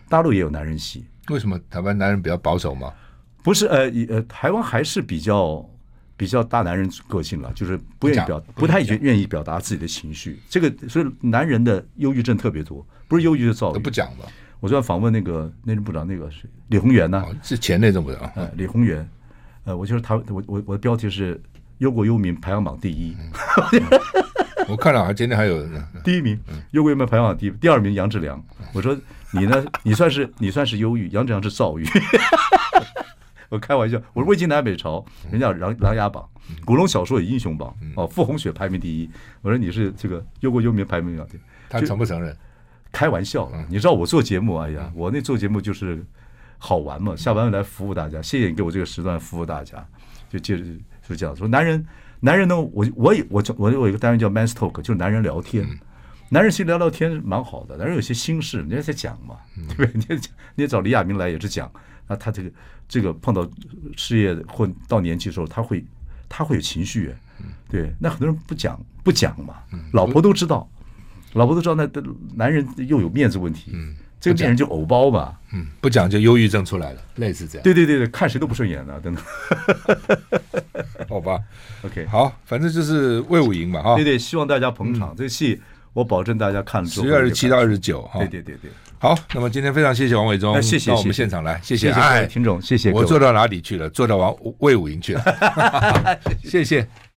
Speaker 3: 大陆也有男人戏，
Speaker 2: 为什么台湾男人比较保守嘛？
Speaker 3: 不是呃也呃，台湾还是比较比较大男人个性了，就是不
Speaker 2: 不
Speaker 3: 愿
Speaker 2: 讲
Speaker 3: 意表
Speaker 2: 不
Speaker 3: 不太
Speaker 2: 讲
Speaker 3: 愿意表达自己的情绪，这个所以男人的忧郁症特别多，不是忧郁就躁
Speaker 2: 都
Speaker 3: 郁。
Speaker 2: 不讲吧？
Speaker 3: 我昨天访问那个内政部长那个谁李鸿源呢、
Speaker 2: 哦，是钱那种不是
Speaker 3: *laughs*
Speaker 2: 啊？
Speaker 3: 呃，李宏源，呃，我就是他，我我我的标题是“忧国忧民排行榜第一”，
Speaker 2: 我看了，今天还有嗯呢
Speaker 3: 第一名，忧国忧民排行榜第一，第二名杨志良。我说你呢？你算是你算是忧郁，杨志良是躁郁。 *laughs* 我开玩笑，我说魏晋南北朝，人家有琅琅琊榜，古龙小说有英雄榜，哦，傅红雪排名第一。我说你是这个忧国忧民排名榜第一，
Speaker 2: 他承不承认？
Speaker 3: 开玩笑了。你知道我做节目，哎呀，我那做节目就是好玩嘛，下班来服务大家。谢谢你给我这个时段服务大家，就接着就这样说。男人，男人呢，我我也我我有一个单元叫 Man's Talk，就是男人聊天。男人其实聊聊天是蛮好的，男人有些心事，人家在讲嘛，对不对？ *laughs* 你也讲你也找李亚明来也是讲，那他这个这个碰到事业或到年纪的时候，他会他会有情绪，对，那很多人不讲不讲嘛，老婆都知道，老婆都知道，那那男人又有面子问题，这个面人就偶包嘛，
Speaker 2: 嗯，不讲就忧郁症出来了，类似这样，
Speaker 3: 对对对对，看谁都不顺眼的，等等。
Speaker 2: 好吧？
Speaker 3: OK，
Speaker 2: 好，反正就是魏武营嘛，哈
Speaker 3: 对，对，希望大家捧场，这个戏我保证大家看了之
Speaker 2: 嗯
Speaker 3: 后
Speaker 2: 十
Speaker 3: 会
Speaker 2: 月二
Speaker 3: 有感
Speaker 2: 十
Speaker 3: 觉，
Speaker 2: 七到二哦十九，哈，
Speaker 3: 对对对对，
Speaker 2: 好，那么今天非常谢谢王伟忠，
Speaker 3: 哎谢谢
Speaker 2: 到我们
Speaker 3: 谢谢
Speaker 2: 现场来，谢
Speaker 3: 谢谢各
Speaker 2: 哎
Speaker 3: 位，听众，谢谢各
Speaker 2: 我
Speaker 3: 位 *laughs*
Speaker 2: *laughs* 做到哪里去了？做到王魏武营去了，谢谢。